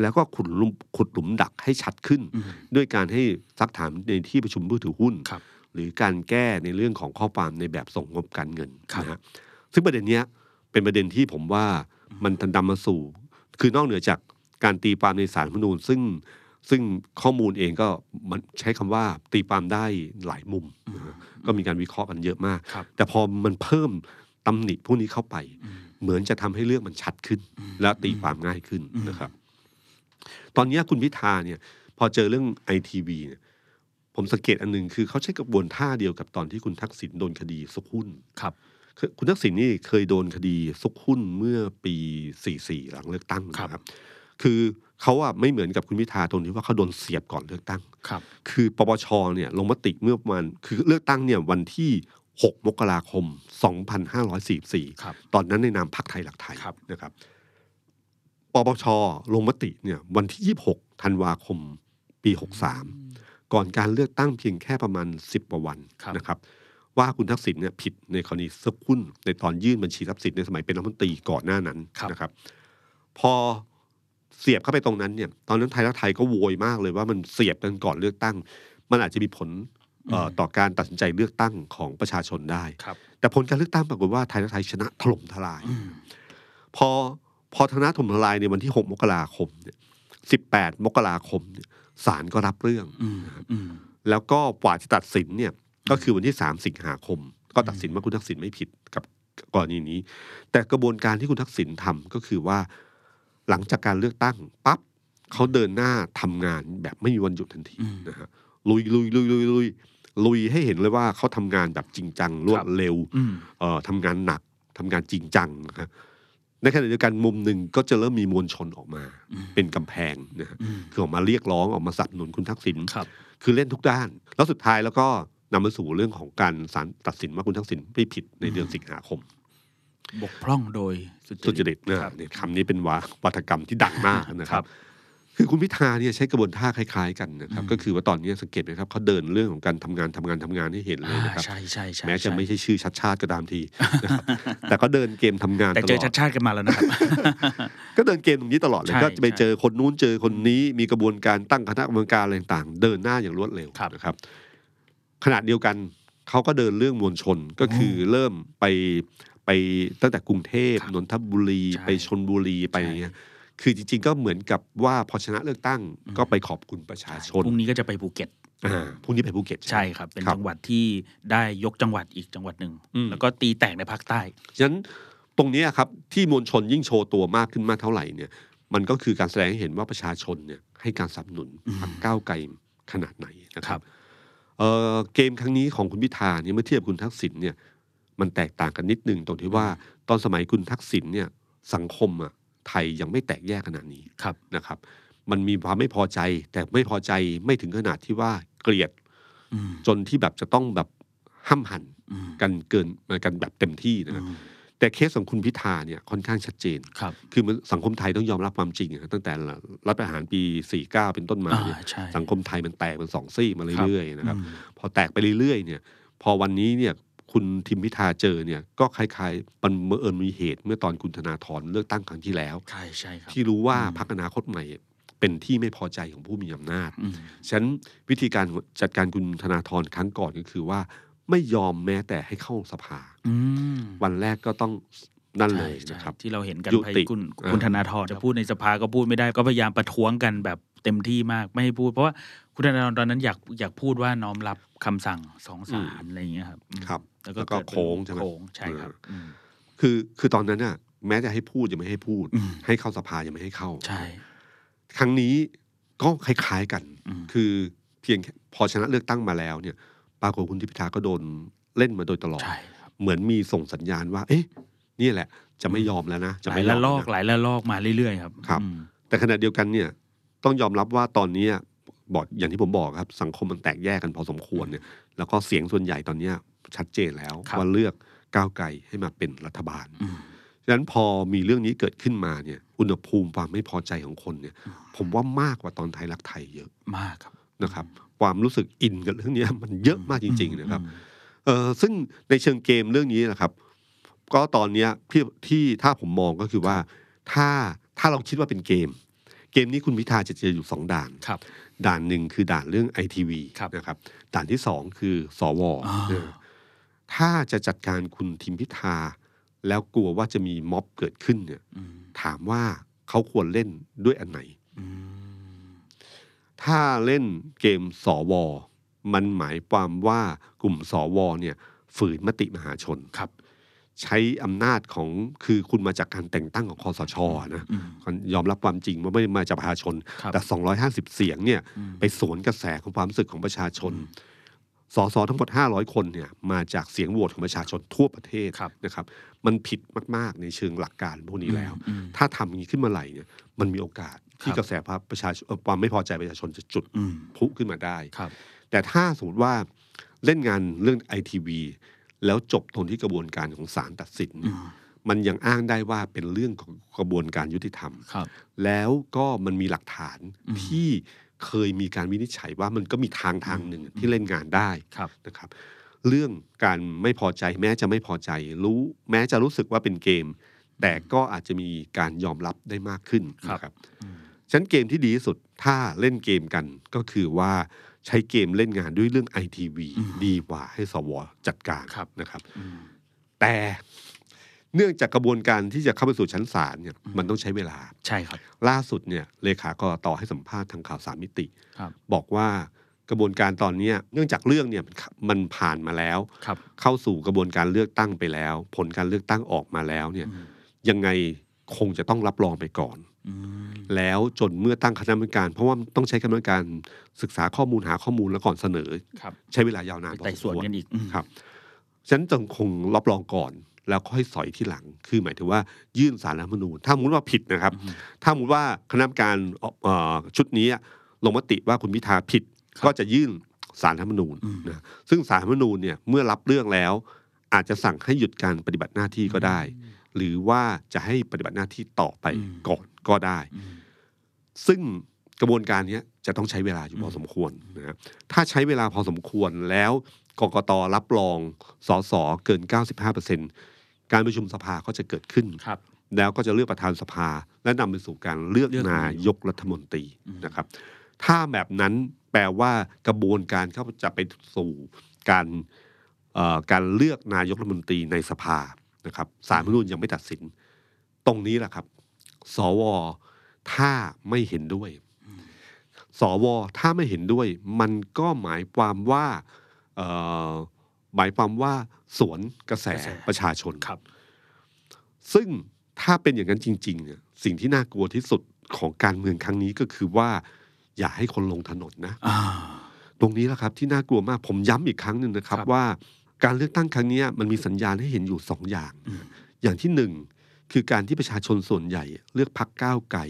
Speaker 2: แล้วก็ขุดหลุมขุดหลุมดักให้ชัดขึ้น
Speaker 3: อืม
Speaker 2: ด้วยการให้ซักถามในที่ประชุมผู้ถือหุ้น
Speaker 3: ครับ
Speaker 2: หรือการแก้ในเรื่องของข้อความในแบบส่งงบการเงิน
Speaker 3: ครับ
Speaker 2: นะฮะซึ่งประเด็นเนี้ยเป็นประเด็นที่ผมว่ามันทันดำมาสู่ คือนอกเหนือจากการตีความในสารรัฐธรรมนูญซึ่งซึ่งข้อมูลเองก็มันใช้คำว่าตีความได้หลายมุมนะฮะก็มีการวิเคราะห์กันเยอะมาก
Speaker 3: ครับ
Speaker 2: แต่พอมันเพิ่มตำหนิพวกนี้เข้าไป
Speaker 3: อืม
Speaker 2: เหมือนจะทำให้เรื่องมันชัดขึ้น
Speaker 3: อืม
Speaker 2: และตีความง่ายขึ้น
Speaker 3: อืม
Speaker 2: นะครับ ตอนเนี้ยคุณพิธาเนี่ย พอเจอเรื่องไอทีวีเนี่ย ผมสังเกตอันหนึ่งคือเขาใช้กระบวนท่าเดียวกับตอนที่คุณทักษิณโดนคดีซุกหุ้น
Speaker 3: ครับ
Speaker 2: คือคุณทักษิณนี่เคยโดนคดีซุกหุ้นเมื่อปี 44 หลังเลือกตั้ง
Speaker 3: ครับ
Speaker 2: นะครับ คือเขาอะไม่เหมือนกับคุณพิธาตรงที่ว่าเขาโดนเสียบก่อนเลือกตั้ง
Speaker 3: ครับ
Speaker 2: คือปปชเนี่ยลงมติเมื่อประมาณคือเลือกตั้งเนี่ยวันที่ 6 มกราคม
Speaker 3: ครับ
Speaker 2: 2544 ตอนนั้นในนามพรรคไทยหลักไทย
Speaker 3: ครับ
Speaker 2: นะครับปปชลงมติเนี่ยวันที่ 26 ธันวาคม ปี 63 ก่อนการเลือกตั้งเพียงแค่ประมาณ 10กว่าวัน
Speaker 3: ครับ
Speaker 2: นะครับ ว่าคุณทักษิณเนี่ยผิดในกรณีซื้อหุ้นในตอนยื่นบัญชีทรัพย์สินในสมัยเป็นรัฐมนตรีก่อนหน้านั้นนะครับ พอเสียบเข้าไปตรงนั้นเนี่ย ตอนนั้นไทยรักไทยก็โวยมากเลยว่ามันเสียบกันก่อนเลือกตั้ง มันอาจจะมีผลเอ่อต่อการตัดสินใจเลือกตั้งของประชาชนได้
Speaker 3: ครับ
Speaker 2: แต่ผลการเลือกตั้งปรากฏว่าไทยรักไทยชนะถล่มทลาย
Speaker 3: อืม
Speaker 2: พอพอธนาถมทลายในวันที่ 6 มกราคมเนี่ย18 มกราคมเนี่ยศาลก็รับเรื่อง
Speaker 3: อืมอืม
Speaker 2: แล้วก็กว่าจะตัดสินเนี่ยก็คือวันที่ 3 สิงหาคม ก็ตัดสินว่าคุณทักษิณไม่ผิดกับกรณีนี้ แต่กระบวนการที่คุณทักษิณทำก็คือว่า หลังจากการเลือกตั้งปั๊บเขาเดินหน้าทำงานแบบไม่มีวันหยุดทันที
Speaker 3: อืม
Speaker 2: นะฮะลุยลุยลุยลุยลุยลุยให้เห็นเลยว่าเขาทำงานแบบจริงจังรว
Speaker 3: ครั
Speaker 2: ด
Speaker 3: บ
Speaker 2: เร็ว
Speaker 3: อืม
Speaker 2: เอ่อทำงานหนักทำงานจริงจังนะครับในขณะเดียวกันมุมหนึ่งก็จะเริ่มมีมวลชนออกมา
Speaker 3: อืม
Speaker 2: เป็นกำแพงนะฮะ
Speaker 3: อืม
Speaker 2: คือออกมาเรียกร้องออกมาสนับสนุนคุณทักษิณ
Speaker 3: ครับ
Speaker 2: คือเล่นทุกด้าน แล้วสุดท้ายแล้วก็นำมาสู่เรื่องของการศาลตัดสินว่าคุณทักษิณไม่ผิดในเดือนสิงหาคม
Speaker 3: บกพร่องโดยสุ
Speaker 2: สุจริตนะครับ เนี่ยคำนี้เป็นวาวัฒกรรมที่ดังมากนะค
Speaker 3: ครั
Speaker 2: รับ
Speaker 3: บ
Speaker 2: คือคุณพิธาเนี่ยใช้กระบวนท่าคล้ายๆกันนะครับ
Speaker 3: อืม
Speaker 2: ก็คือว่าตอนนี้สังเกตไหมครับเขาเดินเรื่องของการทำงานทำงานทำงานให้เห็นเลย
Speaker 3: อ่า
Speaker 2: นะครับ
Speaker 3: ใช่ใช่ใช่
Speaker 2: แม้จะ
Speaker 3: ใช่
Speaker 2: ไม่ใช่ชื่อชัดชาติก็ตาม ทีนะครับแต่ก็เดินเกมทำงาน
Speaker 3: แต่
Speaker 2: ต
Speaker 3: เจ
Speaker 2: ล
Speaker 3: อ
Speaker 2: อ
Speaker 3: ชัด
Speaker 2: ด
Speaker 3: ชาติกันมาแล้วนะครับ
Speaker 2: ก็เดินเกมตรงนี้ตลอดเลย
Speaker 3: ใช่
Speaker 2: ก็จะไป
Speaker 3: ใช่
Speaker 2: เจอคนนู้นเจอคนนี้มีกระบวนการตั้งคณะกรรมการอะไรต่างๆเดินหน้าอย่างรวดเร็ว
Speaker 3: ครับ
Speaker 2: นะครับ ขณะเดียวกันเขาก็เดินเรื่องมวลชนก็คือเริ่มไปไปตั้งแต่กรุงเทพ
Speaker 3: ครับ
Speaker 2: นนทบุรี
Speaker 3: ใช่
Speaker 2: ไปชนบุรีไปอย่างเงี้ยคือจริง ๆ ก็เหมือนกับว่าพอชนะเลือกตั้ง
Speaker 3: อืม
Speaker 2: ก็ไปขอบคุณประชาชน
Speaker 3: พรุ่งนี้ก็จะไปภูเก็ต
Speaker 2: อ่าพรุ่งนี้ไปภูเก็ต
Speaker 3: ใช่
Speaker 2: ใช่ไหม
Speaker 3: ครับ เป็น
Speaker 2: ครับ
Speaker 3: จังหวัดที่ได้ยกจังหวัดอีกจังหวัดหนึ่ง
Speaker 2: อืม
Speaker 3: แล้วก็ตีแตกในภาคใต้
Speaker 2: ฉะนั้นตรงเนี้ยครับที่มวลชนยิ่งโชว์ตัวมากขึ้นมากเท่าไหร่เนี่ย มันก็คือการแสดงให้เห็นว่าประชาชนเนี่ยให้การสนับสนุนพรรคก้าวไกลขนาดไหนนะค
Speaker 3: ครั
Speaker 2: รับบ เอ่อเกมครั้งนี้ของคุณพิธาเนี่ยเมื่อเทียบกับคุณทักษิณเนี่ยมันแตกต่างกันนิดนึงตรงที่ว่าตอนสมัยคุณทักษิณเนี่ยสังคมอ่ะไทยยังไม่แตกแยกขนาดนี้
Speaker 3: ครับ
Speaker 2: นะครับ มันมีความไม่พอใจแต่ไม่พอใจไม่ถึงขนาดที่ว่าเกลียด
Speaker 3: อืม
Speaker 2: จนที่แบบจะต้องแบบห้ำหัน
Speaker 3: อืม
Speaker 2: กันเกินกันแบบเต็มที่นะครับ
Speaker 3: อืม
Speaker 2: แต่เคสของคุณพิธาเนี่ยค่อนข้างชัดเจน
Speaker 3: ครับ
Speaker 2: คือมันสังคมไทยต้องยอมรับความจริงอะตั้งแต่รัฐประหารปี 49 เป็นต้นมา
Speaker 3: อ่า
Speaker 2: เนี่ย
Speaker 3: ใช่
Speaker 2: สังคมไทยมันแตกเป็นสองซี่มาเรื่อยๆนะครับ
Speaker 3: อืม
Speaker 2: พอแตกไปเรื่อยๆเนี่ย พอวันนี้เนี่ยคุณทิมพิธาเจอเนี่ยก็คล้ายๆมันเมื่อเอิญมีเหตุ เมื่อตอนคุณธนาธรเลือกตั้งครั้งที่แล้ว
Speaker 3: ใช่ใช่ครับ
Speaker 2: ที่รู้ว่าพรรคอนาคตใหม่เป็นที่ไม่พอใจของผู้มีอำนาจ
Speaker 3: อืม
Speaker 2: ฉะนันวิธีการจัดการคุณธนาธรครั้งก่อนก็คือว่าไม่ยอมแม้แต่ให้เข้าสภา
Speaker 3: อืม
Speaker 2: วันแรกก็ต้องนั่นเล
Speaker 3: ใช่
Speaker 2: ย
Speaker 3: ใช่
Speaker 2: นะครับ
Speaker 3: ที่เราเห็นกัน
Speaker 2: ยุติ
Speaker 3: ไปคุณ
Speaker 2: อ่า
Speaker 3: คุณธนาธรจะพูดในสภาก็พูดไม่ได้ก็พยายามประท้วงกันแบบเต็มที่มากไม่ให้พูด เพราะว่าคุณธนาธรตอนนั้นอยากอยากพูดว่าน้อมรับคำสั่งสองศาลอะไรอย่างเงี้ยครับอืม
Speaker 2: ครับ
Speaker 3: แล้ว
Speaker 2: แล้วก็
Speaker 3: ก็
Speaker 2: โค้งใช่ไหม
Speaker 3: โค้งใช่ครับอืม
Speaker 2: คือคือตอนนั้นน่ะแม้จะให้พูดยังไม่ให้พูด
Speaker 3: อืม
Speaker 2: ให้เข้าสภายังไม่ให้เข้า
Speaker 3: ใช่
Speaker 2: ครั้งนี้ก็คล้ายๆกัน
Speaker 3: อืม
Speaker 2: คือเพียงแค่พอชนะเลือกตั้งมาแล้วเนี่ยปรากฏคุณทิพิธาก็โดนเล่นมาโดยตลอด
Speaker 3: ใช่ครับ
Speaker 2: เหมือนมีส่งสัญญาณว่า เอ๊ะนี่แหละ จะไม่ยอมแล้วนะจะ
Speaker 3: หลา
Speaker 2: ไม่
Speaker 3: ย
Speaker 2: ย
Speaker 3: ละ
Speaker 2: อม
Speaker 3: ลอก
Speaker 2: แวนะ
Speaker 3: หลายละลอกมาเรื่อยๆ ครับ
Speaker 2: ครับ
Speaker 3: อืม
Speaker 2: แต่ขณะเดียวกันเนี่ยต้องยอมรับว่าตอนนี้บอกอย่างที่ผมบอกครับ สังคมมันแตกแยกกันพอสมควรเนี่ยแล้วก็เสียงส่วนใหญ่ตอนเนี้ยชัดเจนแล้วว่าเลือกก้าวไกลให้มาเป็นรัฐบาล
Speaker 3: อืม
Speaker 2: ฉะนั้นพอมีเรื่องนี้เกิดขึ้นมาเนี่ยอุณหภูมิความไม่พอใจของคนเนี่ย ผมว่ามากกว่าตอนไทยรักไทยเยอะ
Speaker 3: มากครับ
Speaker 2: นะครับ ความรู้สึกอินกับเรื่องเนี้ยมันเยอะมากจริง ๆ นะครับ
Speaker 3: อืม
Speaker 2: เออซึ่งในเชิงเกมเรื่องนี้นะครับ ก็ตอนเนี้ยที่ที่ถ้าผมมองก็คือว่าถ้าถ้าเราคิดว่าเป็นเกม เกมนี้คุณพิธาจะเจออยู่สองด่าน
Speaker 3: ครับ
Speaker 2: ด่านหนึ่งคือด่านเรื่องไอทีวี
Speaker 3: ครับ
Speaker 2: นะครับด่านที่สองคือสว
Speaker 3: อ่า
Speaker 2: เออถ้าจะจัดการคุณทิมพิธา แล้วกลัวว่าจะมีม็อบเกิดขึ้นเนี่ย
Speaker 3: อืม
Speaker 2: ถามว่าเขาควรเล่นด้วยอันไหน
Speaker 3: อืม
Speaker 2: ถ้าเล่นเกมสว มันหมายความว่ากลุ่มสวเนี่ยฝืนมติมหาชน
Speaker 3: ครับ
Speaker 2: ใช้อำนาจของคือคุณมาจากการแต่งตั้งของคอสชนะ
Speaker 3: อืม
Speaker 2: ยอมรับความจริงว่าไม่ได้มาจากประชาชน
Speaker 3: ครับ
Speaker 2: แต่ 250 เสียงเนี่ย
Speaker 3: อืม
Speaker 2: ไปสวนกระแสของความรู้สึกของประชาชน
Speaker 3: อืม
Speaker 2: สสทั้งหมด 500 คนเนี่ย มาจากเสียงโหวตของประชาชนทั่วประเทศ
Speaker 3: ครับ
Speaker 2: นะครับ มันผิดมาก ๆ ในเชิงหลักการพวกนี้แล้ว
Speaker 3: อืม
Speaker 2: ถ้าทำอย่างนี้ขึ้นมาไหลเนี่ย มันมีโอกาสที่
Speaker 3: ครับ
Speaker 2: กระแสประชาชนเอ่อความไม่พอใจประชาชนจะจุด
Speaker 3: อืม
Speaker 2: พลุขึ้นมาได้
Speaker 3: ครับ
Speaker 2: แต่ถ้าสมมติว่าเล่นงานเรื่องไอทีวีแล้วจบตรงที่กระบวนการของศาลตัดสินเนี่ย
Speaker 3: อืม
Speaker 2: มันยังอ้างได้ว่าเป็นเรื่องของกระบวนการยุติธรรม
Speaker 3: ครับ
Speaker 2: แล้วก็มันมีหลักฐาน
Speaker 3: อืม
Speaker 2: ที่เคยมีการวินิจฉัยว่ามันก็มีทางทางหนึ่งที่เล่นงานได้
Speaker 3: ครับ
Speaker 2: นะครับ เรื่องการไม่พอใจแม้จะไม่พอใจ รู้แม้จะรู้สึกว่าเป็นเกม แต่ก็อาจจะมีการยอมรับได้มากขึ้น
Speaker 3: ครับ
Speaker 2: นะครับ
Speaker 3: อืม
Speaker 2: ฉะนันเกมที่ดีที่สุดถ้าเล่นเกมกันก็คือว่าใช้เกมเล่นงานด้วยเรื่องไอทีวีดีกว่าให้สวจัดการนะครับ
Speaker 3: อืม
Speaker 2: แต่เนื่องจากกระบวนการที่จะเข้าไปสู่ชั้นศาลเนี่ยมันต้องใช้เวลา
Speaker 3: ใช่ครับ
Speaker 2: ล่าสุดเนี่ยเลขากรตให้สัมภาษณ์ทางข่าวสามมิติ
Speaker 3: ครับ
Speaker 2: บอกว่ากระบวนการตอนเนี้ยเนื่องจากเรื่องเนี่ยมันมันผ่านมาแล้ว
Speaker 3: ครับ
Speaker 2: เข้าสู่กระบวนการเลือกตั้งไปแล้ว ผลการเลือกตั้งออกมาแล้วเนี่ย
Speaker 3: อืม
Speaker 2: ยังไงคงจะต้องรับรองไปก่อน
Speaker 3: อืม
Speaker 2: แล้วจนเมื่อตั้งคณะกรรมการ เพราะว่ามันต้องใช้คณะกรรมการศึกษาข้อมูลหาข้อมูลแล้วก่อนเสนอ
Speaker 3: ครับ
Speaker 2: ใช้เวลายาวนาน
Speaker 3: ไป
Speaker 2: พอ
Speaker 3: ไต่
Speaker 2: สม
Speaker 3: ส
Speaker 2: คว วน
Speaker 3: กันอีกอืม
Speaker 2: ครับฉะนันจึงคงรับรองก่อนแล้วค่อยสอยที่หลัง คือหมายถึงว่ายื่นสารรัฐธรรมนูญถ้าสมมุติว่าผิดนะครับ
Speaker 3: อืม
Speaker 2: ถ้าสมมติว่าคณะกรรมการเอ่อชุดนี้ลงมติว่าคุณพิธาผิด
Speaker 3: ครับ
Speaker 2: ก็จะยื่นสารธรรมนูญ
Speaker 3: อืม
Speaker 2: นะซึ่งสารธรรมนูญเนี่ยเมื่อรับเรื่องแล้ว อาจจะสั่งให้หยุดการปฏิบัติหน้าที่ก็ได้ หรือว่าจะให้ปฏิบัติหน้าที่ต่อไปก่อนก็ได้
Speaker 3: อืม
Speaker 2: ซึ่งกระบวนการเนี้ยจะต้องใช้เวลาอยู่พอสมควรนะฮะถ้าใช้เวลาพอสมควรแล้วกกตรับรองสสเกิน 95%การประชุมสภาก็จะเกิดขึ้น
Speaker 3: ครับ
Speaker 2: แล้วก็จะเลือกประธานสภาและนำไปสู่การเลือก
Speaker 3: เลือ
Speaker 2: นาน
Speaker 3: กาย ย
Speaker 2: ก
Speaker 3: ก
Speaker 2: รัฐมนตรีนะครับ ถ้าแบบนั้นแปลว่ากระบวนการเข้าจะไปสู่การเอ่อการเลือกนายกรัฐมนตรีในสภานะครับสาลรฐธรรมนุนยังไม่ตัดสิน ตรงนี้แหละครับ สวถ้าไม่เห็นด้วย สวถ้าไม่เห็นด้วย มันก็หมายความว่าเอ่อหมายความว่าสวนกระแส
Speaker 3: กระแส
Speaker 2: ประชาชน
Speaker 3: ครับ
Speaker 2: ซึ่งถ้าเป็นอย่างนั้นจริง ๆ เนี่ย สิ่งที่น่ากลัวที่สุดของการเมืองครั้งนี้ก็คือว่า อย่าให้คนลงถนนนะ
Speaker 3: อ่า
Speaker 2: ตรงนี้แหละครับที่น่ากลัวมากผมย้ำอีกครั้งหนึ่งนะครับ
Speaker 3: ครับ
Speaker 2: ว่าการเลือกตั้งครั้งเนี้ยมันมีสัญญาณให้เห็นอยู่สองอย่าง
Speaker 3: อืม
Speaker 2: อย่างที่หนึ่งคือการที่ประชาชนส่วนใหญ่เลือกพักก้าวไกล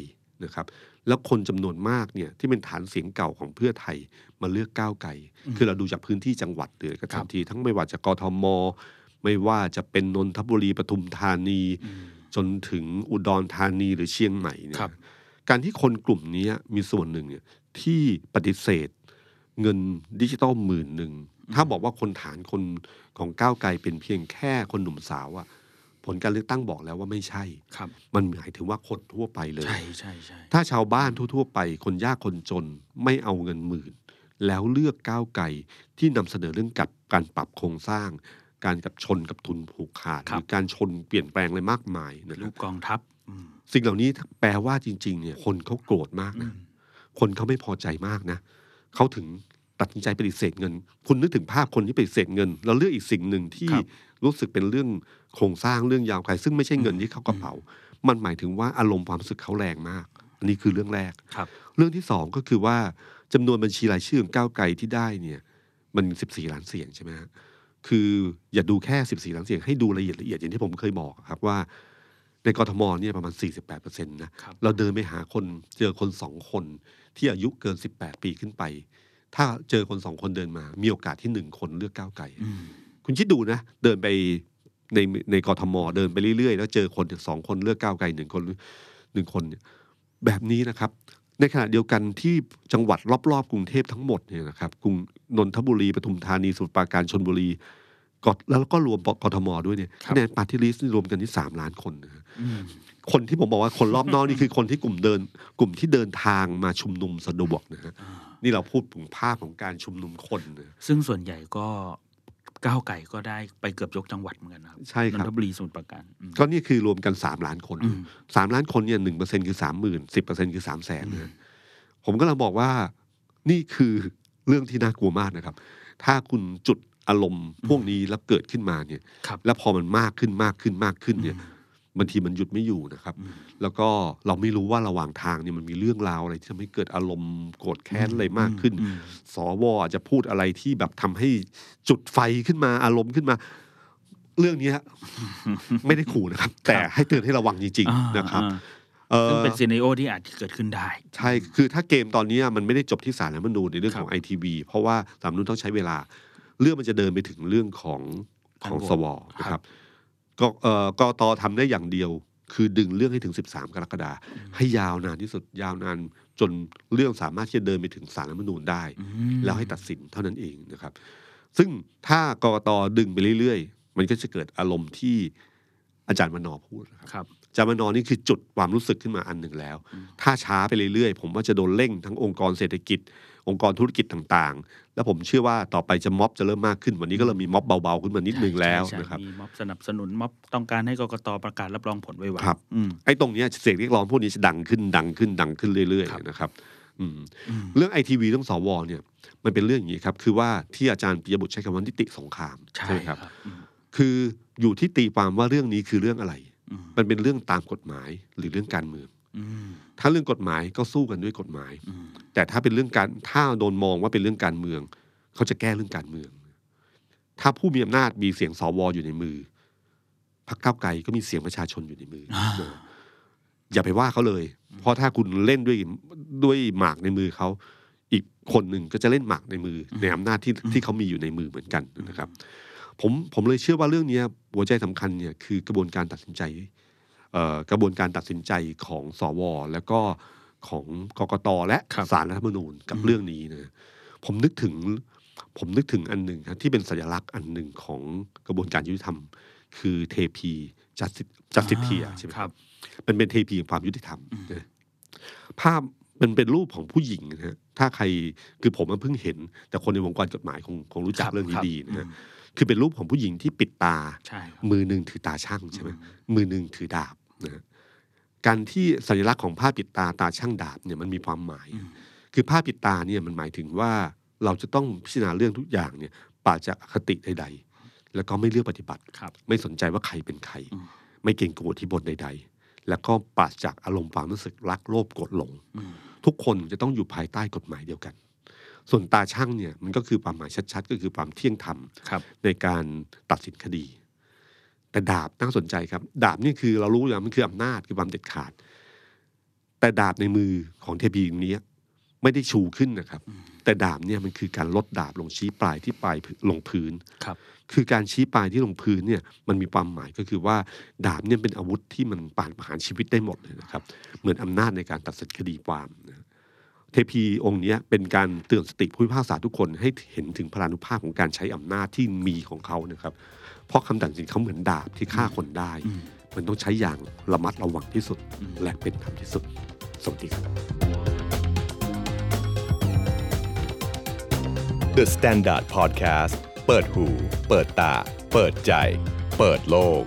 Speaker 2: นะครับ แล้วคนจำนวนมากเนี่ยที่เป็นฐานเสียงเก่าของเพื่อไทยมาเลือกก้าวไกลคือเราดูจากพื้นที่จังหวัดหรืออะไรก็ตามทีทั้งไม่ว่าจะกทม ไม่ว่าจะเป็นนนทบุรีปทุมธานี
Speaker 3: อืม
Speaker 2: จนถึงอุดรธานีหรือเชียงใหม่เนี่ย
Speaker 3: ครับ
Speaker 2: การที่คนกลุ่มนี้มีส่วนหนึ่งเนี่ยที่ปฏิเสธ เงินดิจิตอลหมื่นหนึ่ง ถ้าบอกว่าคนฐานคนของก้าวไกลเป็นเพียงแค่คนหนุ่มสาวอะผลการเลือกตั้งบอกแล้วว่าไม่ใช่
Speaker 3: ครับ
Speaker 2: มันหมายถึงว่าคนทั่วไปเลย
Speaker 3: ใช่ใช่ใช่
Speaker 2: ถ้าชาวบ้านทั่ว ๆ ไป คนยากคนจนไม่เอาเงินหมื่น แล้วเลือกก้าวไกลที่นำเสนอเรื่องกับการปรับโครงสร้าง การกับชนกับทุนผูกขาดหรือการชนเปลี่ยนแปลงอะไรมากมายนะค
Speaker 3: รู
Speaker 2: รับ
Speaker 3: ปกองทัพอืม
Speaker 2: สิ่งเหล่านี้แปลว่าจริง ๆ เนี่ย คนเขาโกรธมากนะ คนเขาไม่พอใจมากนะเขาถึงตัดสินใจปฏิเสธเงิน คุณนึกถึงภาพคนที่ปฏิเสธเงิน แล้วเลือกอีกสิ่งหนึ่งที่รู้สึกเป็นเรื่องโครงสร้างเรื่องยาวไกลซึ่งไม่ใช่เงินที่เข้ากระเป๋า มันหมายถึงว่าอารมณ์ความรู้สึกเขาแรงมาก อันนี้คือเรื่องแรก
Speaker 3: ครับ
Speaker 2: เรื่องที่สองก็คือว่าจำนวนบัญชีรายชื่อของก้าวไกลที่ได้เนี่ย มัน 14 ล้านเสียงใช่ไหมฮะ คืออย่าดูแค่ 14 หลังเสียงให้ดูละเอียดละเอียดอย่างที่ผมเคยบอกครับว่า ในกรทมเนี่ยประมาณ 48%นะครับ เราเดินไปหาคนเจอคนสองคน ที่อายุเกิน 18 ปีขึ้นไป ถ้าเจอคนสองคนเดินมา มีโอกาสที่หนึ่งคนเลือกก้าวไกล
Speaker 3: อืม
Speaker 2: คุณคิดดูนะ เดินไปในในกรทมเดินไปเรื่อยๆ แล้วเจอคนสองคนเลือกก้าวไกลหนึ่งคนหนึ่งคนเนี่ยแบบนี้นะครับ ในขณะเดียวกันที่จังหวัดรอบๆ กรุงเทพทั้งหมดเนี่ยนะครับกรุงนนทบุรีปทุมธานีสมุทรปราการชนบุรีกดแล้วก็รวมกทมด้วยเนี่ยคะแนนปาร์ตี้ลิสต์รวมกันที่สามล้านคนนะฮะ
Speaker 3: อืม
Speaker 2: คนที่ผมบอกว่าคนรอบนอกนี่คือคนที่กลุ่มเดิน กลุ่มที่เดินทางมาชุมนุมสะดวกนะฮะนี่เราพูดถึงภาพของการชุมนุมคนนะ
Speaker 3: ซึ่งส่วนใหญ่ก็ก้าวไก่ก็ได้ไปเกือบยกจังหวัดเหมือนกันนะครับ
Speaker 2: ใช่ครับ
Speaker 3: นนทบุรีสมุทรปราการอืม
Speaker 2: ก็นี่คือรวมกันสามล้านคน
Speaker 3: อืม
Speaker 2: สามล้านคนเนี่ยหนึ่งเปอร์เซ็นคือสามหมื่นสิบเปอร์เซ็นคือสามแสนนะผมก็ลังบอกว่านี่คือเรื่องที่น่ากลัวมากนะครับ ถ้าคุณจุดอารมณ์พวกนี้แล้วเกิดขึ้นมาเนี่ย
Speaker 3: ครับ
Speaker 2: แล้วพอมันมากขึ้นมากขึ้นมากขึ้นเนี่ยบางทีมันหยุดไม่อยู่นะครับ
Speaker 3: อืม
Speaker 2: แล้วก็เราไม่รู้ว่าระหว่างทางเนี่ยมันมีเรื่องราวอะไรที่ทำให้เกิดอารมณ์โกรธแค้นอะไรมากขึ้น
Speaker 3: อืม
Speaker 2: สวอาจจะพูดอะไรที่แบบทำให้จุดไฟขึ้นมาอารมณ์ขึ้นมา เรื่องเนี้ย ไม่ได้ขู่นะครับ แต่ให้เตือนให้ระวังจริง
Speaker 3: อ่า
Speaker 2: ๆ นะครับ
Speaker 3: อ่า
Speaker 2: เอ่อ
Speaker 3: ซึ่งเป็นซีเนโอที่อาจจะเกิดขึ้นได้
Speaker 2: ใช่ คือถ้าเกมตอนนี้มันไม่ได้จบที่สารรัฐธรรมนูญในเรื่อง
Speaker 3: ครับ
Speaker 2: ของไอทีวีเพราะว่าสารรัฐธรรมนูญต้องใช้เวลา เรื่องมันจะเดินไปถึงเรื่องของของ
Speaker 3: การ
Speaker 2: ส
Speaker 3: โห
Speaker 2: ว
Speaker 3: วต
Speaker 2: นะค
Speaker 3: ครั
Speaker 2: รับบ ก็เอ่อกตทำได้อย่างเดียว คือดึงเรื่องให้ถึง 13 กรกฎาคมให้ยาวนานที่สุดยาวนานจนเรื่องสามารถที่จะเดินไปถึงสารรัฐธรรมนูญได้
Speaker 3: อืม
Speaker 2: แล้วให้ตัดสินเท่านั้นเองนะครับ ซึ่งถ้ากกตดึงไปเรื่อยๆ มันก็จะเกิดอารมณ์ที่อาจารย์มนอพูดนะครับ
Speaker 3: ครับ
Speaker 2: จามานอนนี่คือจุดความรู้สึกขึ้นมาอันหนึ่งแล้ว ถ้าช้าไปเรื่อยๆ ผมว่าจะโดนเร่งทั้งองค์กรเศรษฐกิจ องค์กรธุรกิจต่างๆ แล้วผมเชื่อว่าต่อไปจะม็อบจะเริ่มมากขึ้น วันนี้ก็เริ่มมีม็อบเบาๆ ขึ้นมานิดนึงแล้ว
Speaker 3: ใช่ใช่
Speaker 2: นะครับ
Speaker 3: มีม็อบสนับสนุนม็อบต้องการให้กกตประกาศรับรองผลไวๆ
Speaker 2: ครับ
Speaker 3: อืม
Speaker 2: ไอ้ตรงเนี้ยเสียงเรียกร้องพวกนี้จะดังขึ้นดังขึ้นดังขึ้นเรื่อย
Speaker 3: ครับ
Speaker 2: ๆนะครับอืม
Speaker 3: อืม
Speaker 2: เรื่องไอทีวีเรื่องสวเนี่ยมันเป็นเรื่องอย่างนี้ครับคือว่าที่อาจารย์ปิยบุตรใช้คำว่านิติสงคราม
Speaker 3: ใช่
Speaker 2: ไหม
Speaker 3: ครับอืม
Speaker 2: คืออยู่ที่ตีความว่าเรื่องนี้คือเรื่องอะไร
Speaker 3: อืม
Speaker 2: มันเป็นเรื่องตามกฎหมายหรือเรื่องการเมือง
Speaker 3: อืม
Speaker 2: ถ้าเรื่องกฎหมายก็สู้กันด้วยกฎหมาย
Speaker 3: อืม
Speaker 2: แต่ถ้าเป็นเรื่องการถ้าโดนมองว่าเป็นเรื่องการเมือง เขาจะแก้เรื่องการเมือง ถ้าผู้มีอำนาจมีเสียงสวอยู่ในมือพรรคก้าวไกลก็มีเสียงประชาชนอยู่ในมืออเอออย่าไปว่าเขาเลย เพราะถ้าคุณเล่นด้วยด้วยหมากในมือเขาอีกคนหนึ่งก็จะเล่นหมากในมือ ในอำนาจที่ที่เขามีอยู่ในมือเหมือนกันนะครับ ผมผมเลยเชื่อว่าเรื่องเนี้ยหัวใจสำคัญเนี่ยคือกระบวนการตัดสินใจเอ่อกระบวนการตัดสินใจของสว แล้วก็ของกกตและสารรัฐธรรมนูญกับเรื่องนี้นะผมนึกถึง ผมนึกถึงอันหนึ่งครับที่เป็นสัญลักษณ์อันหนึ่งของกระบวนการยุติธรรม คือเทพีจัสติจัสติเทียใช่ไหม
Speaker 3: ค
Speaker 2: ค
Speaker 3: รั
Speaker 2: รับ
Speaker 3: บ
Speaker 2: มันเป็นเทพีแห่งความยุติธรรมนะภาพมันเป็นรูปของผู้หญิงนะฮะถ้าใครคือผมมันเพิ่งเห็น แต่คนในวงการกฎหมายคงคงรู้จัก
Speaker 3: ครับ
Speaker 2: เรื่อง
Speaker 3: ค
Speaker 2: นี้
Speaker 3: รับ
Speaker 2: ดีนะฮะ
Speaker 3: อืม
Speaker 2: คือเป็นรูปของผู้หญิงที่ปิดตา
Speaker 3: ใช่ครับ
Speaker 2: มือหนึ่งถือตาช่างใช่ไหมมือหนึ่งถือดาบนะฮะการที่สัญลักษณ์ของผ้าปิดตาตาช่างดาบเนี่ยมันมีความหมาย
Speaker 3: อืม
Speaker 2: คือผ้าปิดตาเนี่ยมันหมายถึงว่าเราจะต้องพิจารณาเรื่องทุกอย่างเนี่ยปราศจากอคติใด ๆ แล้วก็ไม่เลือกปฏิบัติ
Speaker 3: ครับ
Speaker 2: ไม่สนใจว่าใครเป็นใคร
Speaker 3: อืม
Speaker 2: ไม่เกรงกลัวที่บทใด ๆ แล้วก็ปราศจากอารมณ์ความรู้สึกรักโลภโกรธหลง
Speaker 3: อืม
Speaker 2: ทุกคนจะต้องอยู่ภายใต้กฎหมายเดียวกัน ส่วนตาช่างเนี่ยมันก็คือความหมายชัดๆ ก็คือความเที่ยงธรรม
Speaker 3: ครับ
Speaker 2: ในการตัดสินคดี แต่ดาบน่าสนใจครับ ดาบนี่คือเรารู้อยู่แล้วมันคืออำนาจคือความเด็ดขาด แต่ดาบในมือของเทพีองค์นี้ไม่ได้ชูขึ้นนะครับ แต่ดาบเนี่ยมันคือการลดดาบลงชี้ปลายที่ปลายลงพื้น
Speaker 3: ครับ
Speaker 2: คือการชี้ปลายที่ลงพื้นเนี่ยมันมีความหมายก็คือว่าดาบเนี่ยเป็นอาวุธที่มันปานประหารชีวิตได้หมดเลยนะครับ เหมือนอำนาจในการตัดสินคดีความนะเทพีองค์เนี้ยเป็นการเตือนสติผู้พิพากษาทุกคนให้เห็นถึงพลานุภาพของการใช้อำนาจที่มีของเขานะครับ เพราะคำตัดสินเขาเหมือนดาบที่ฆ่าคนได้ มันต้องใช้อย่างระมัดระวังที่สุดและเป็นธรรมที่สุดสวัสดีครับ
Speaker 1: The Standard Podcast เปิดหู เปิดตา เปิดใจ เปิดโลก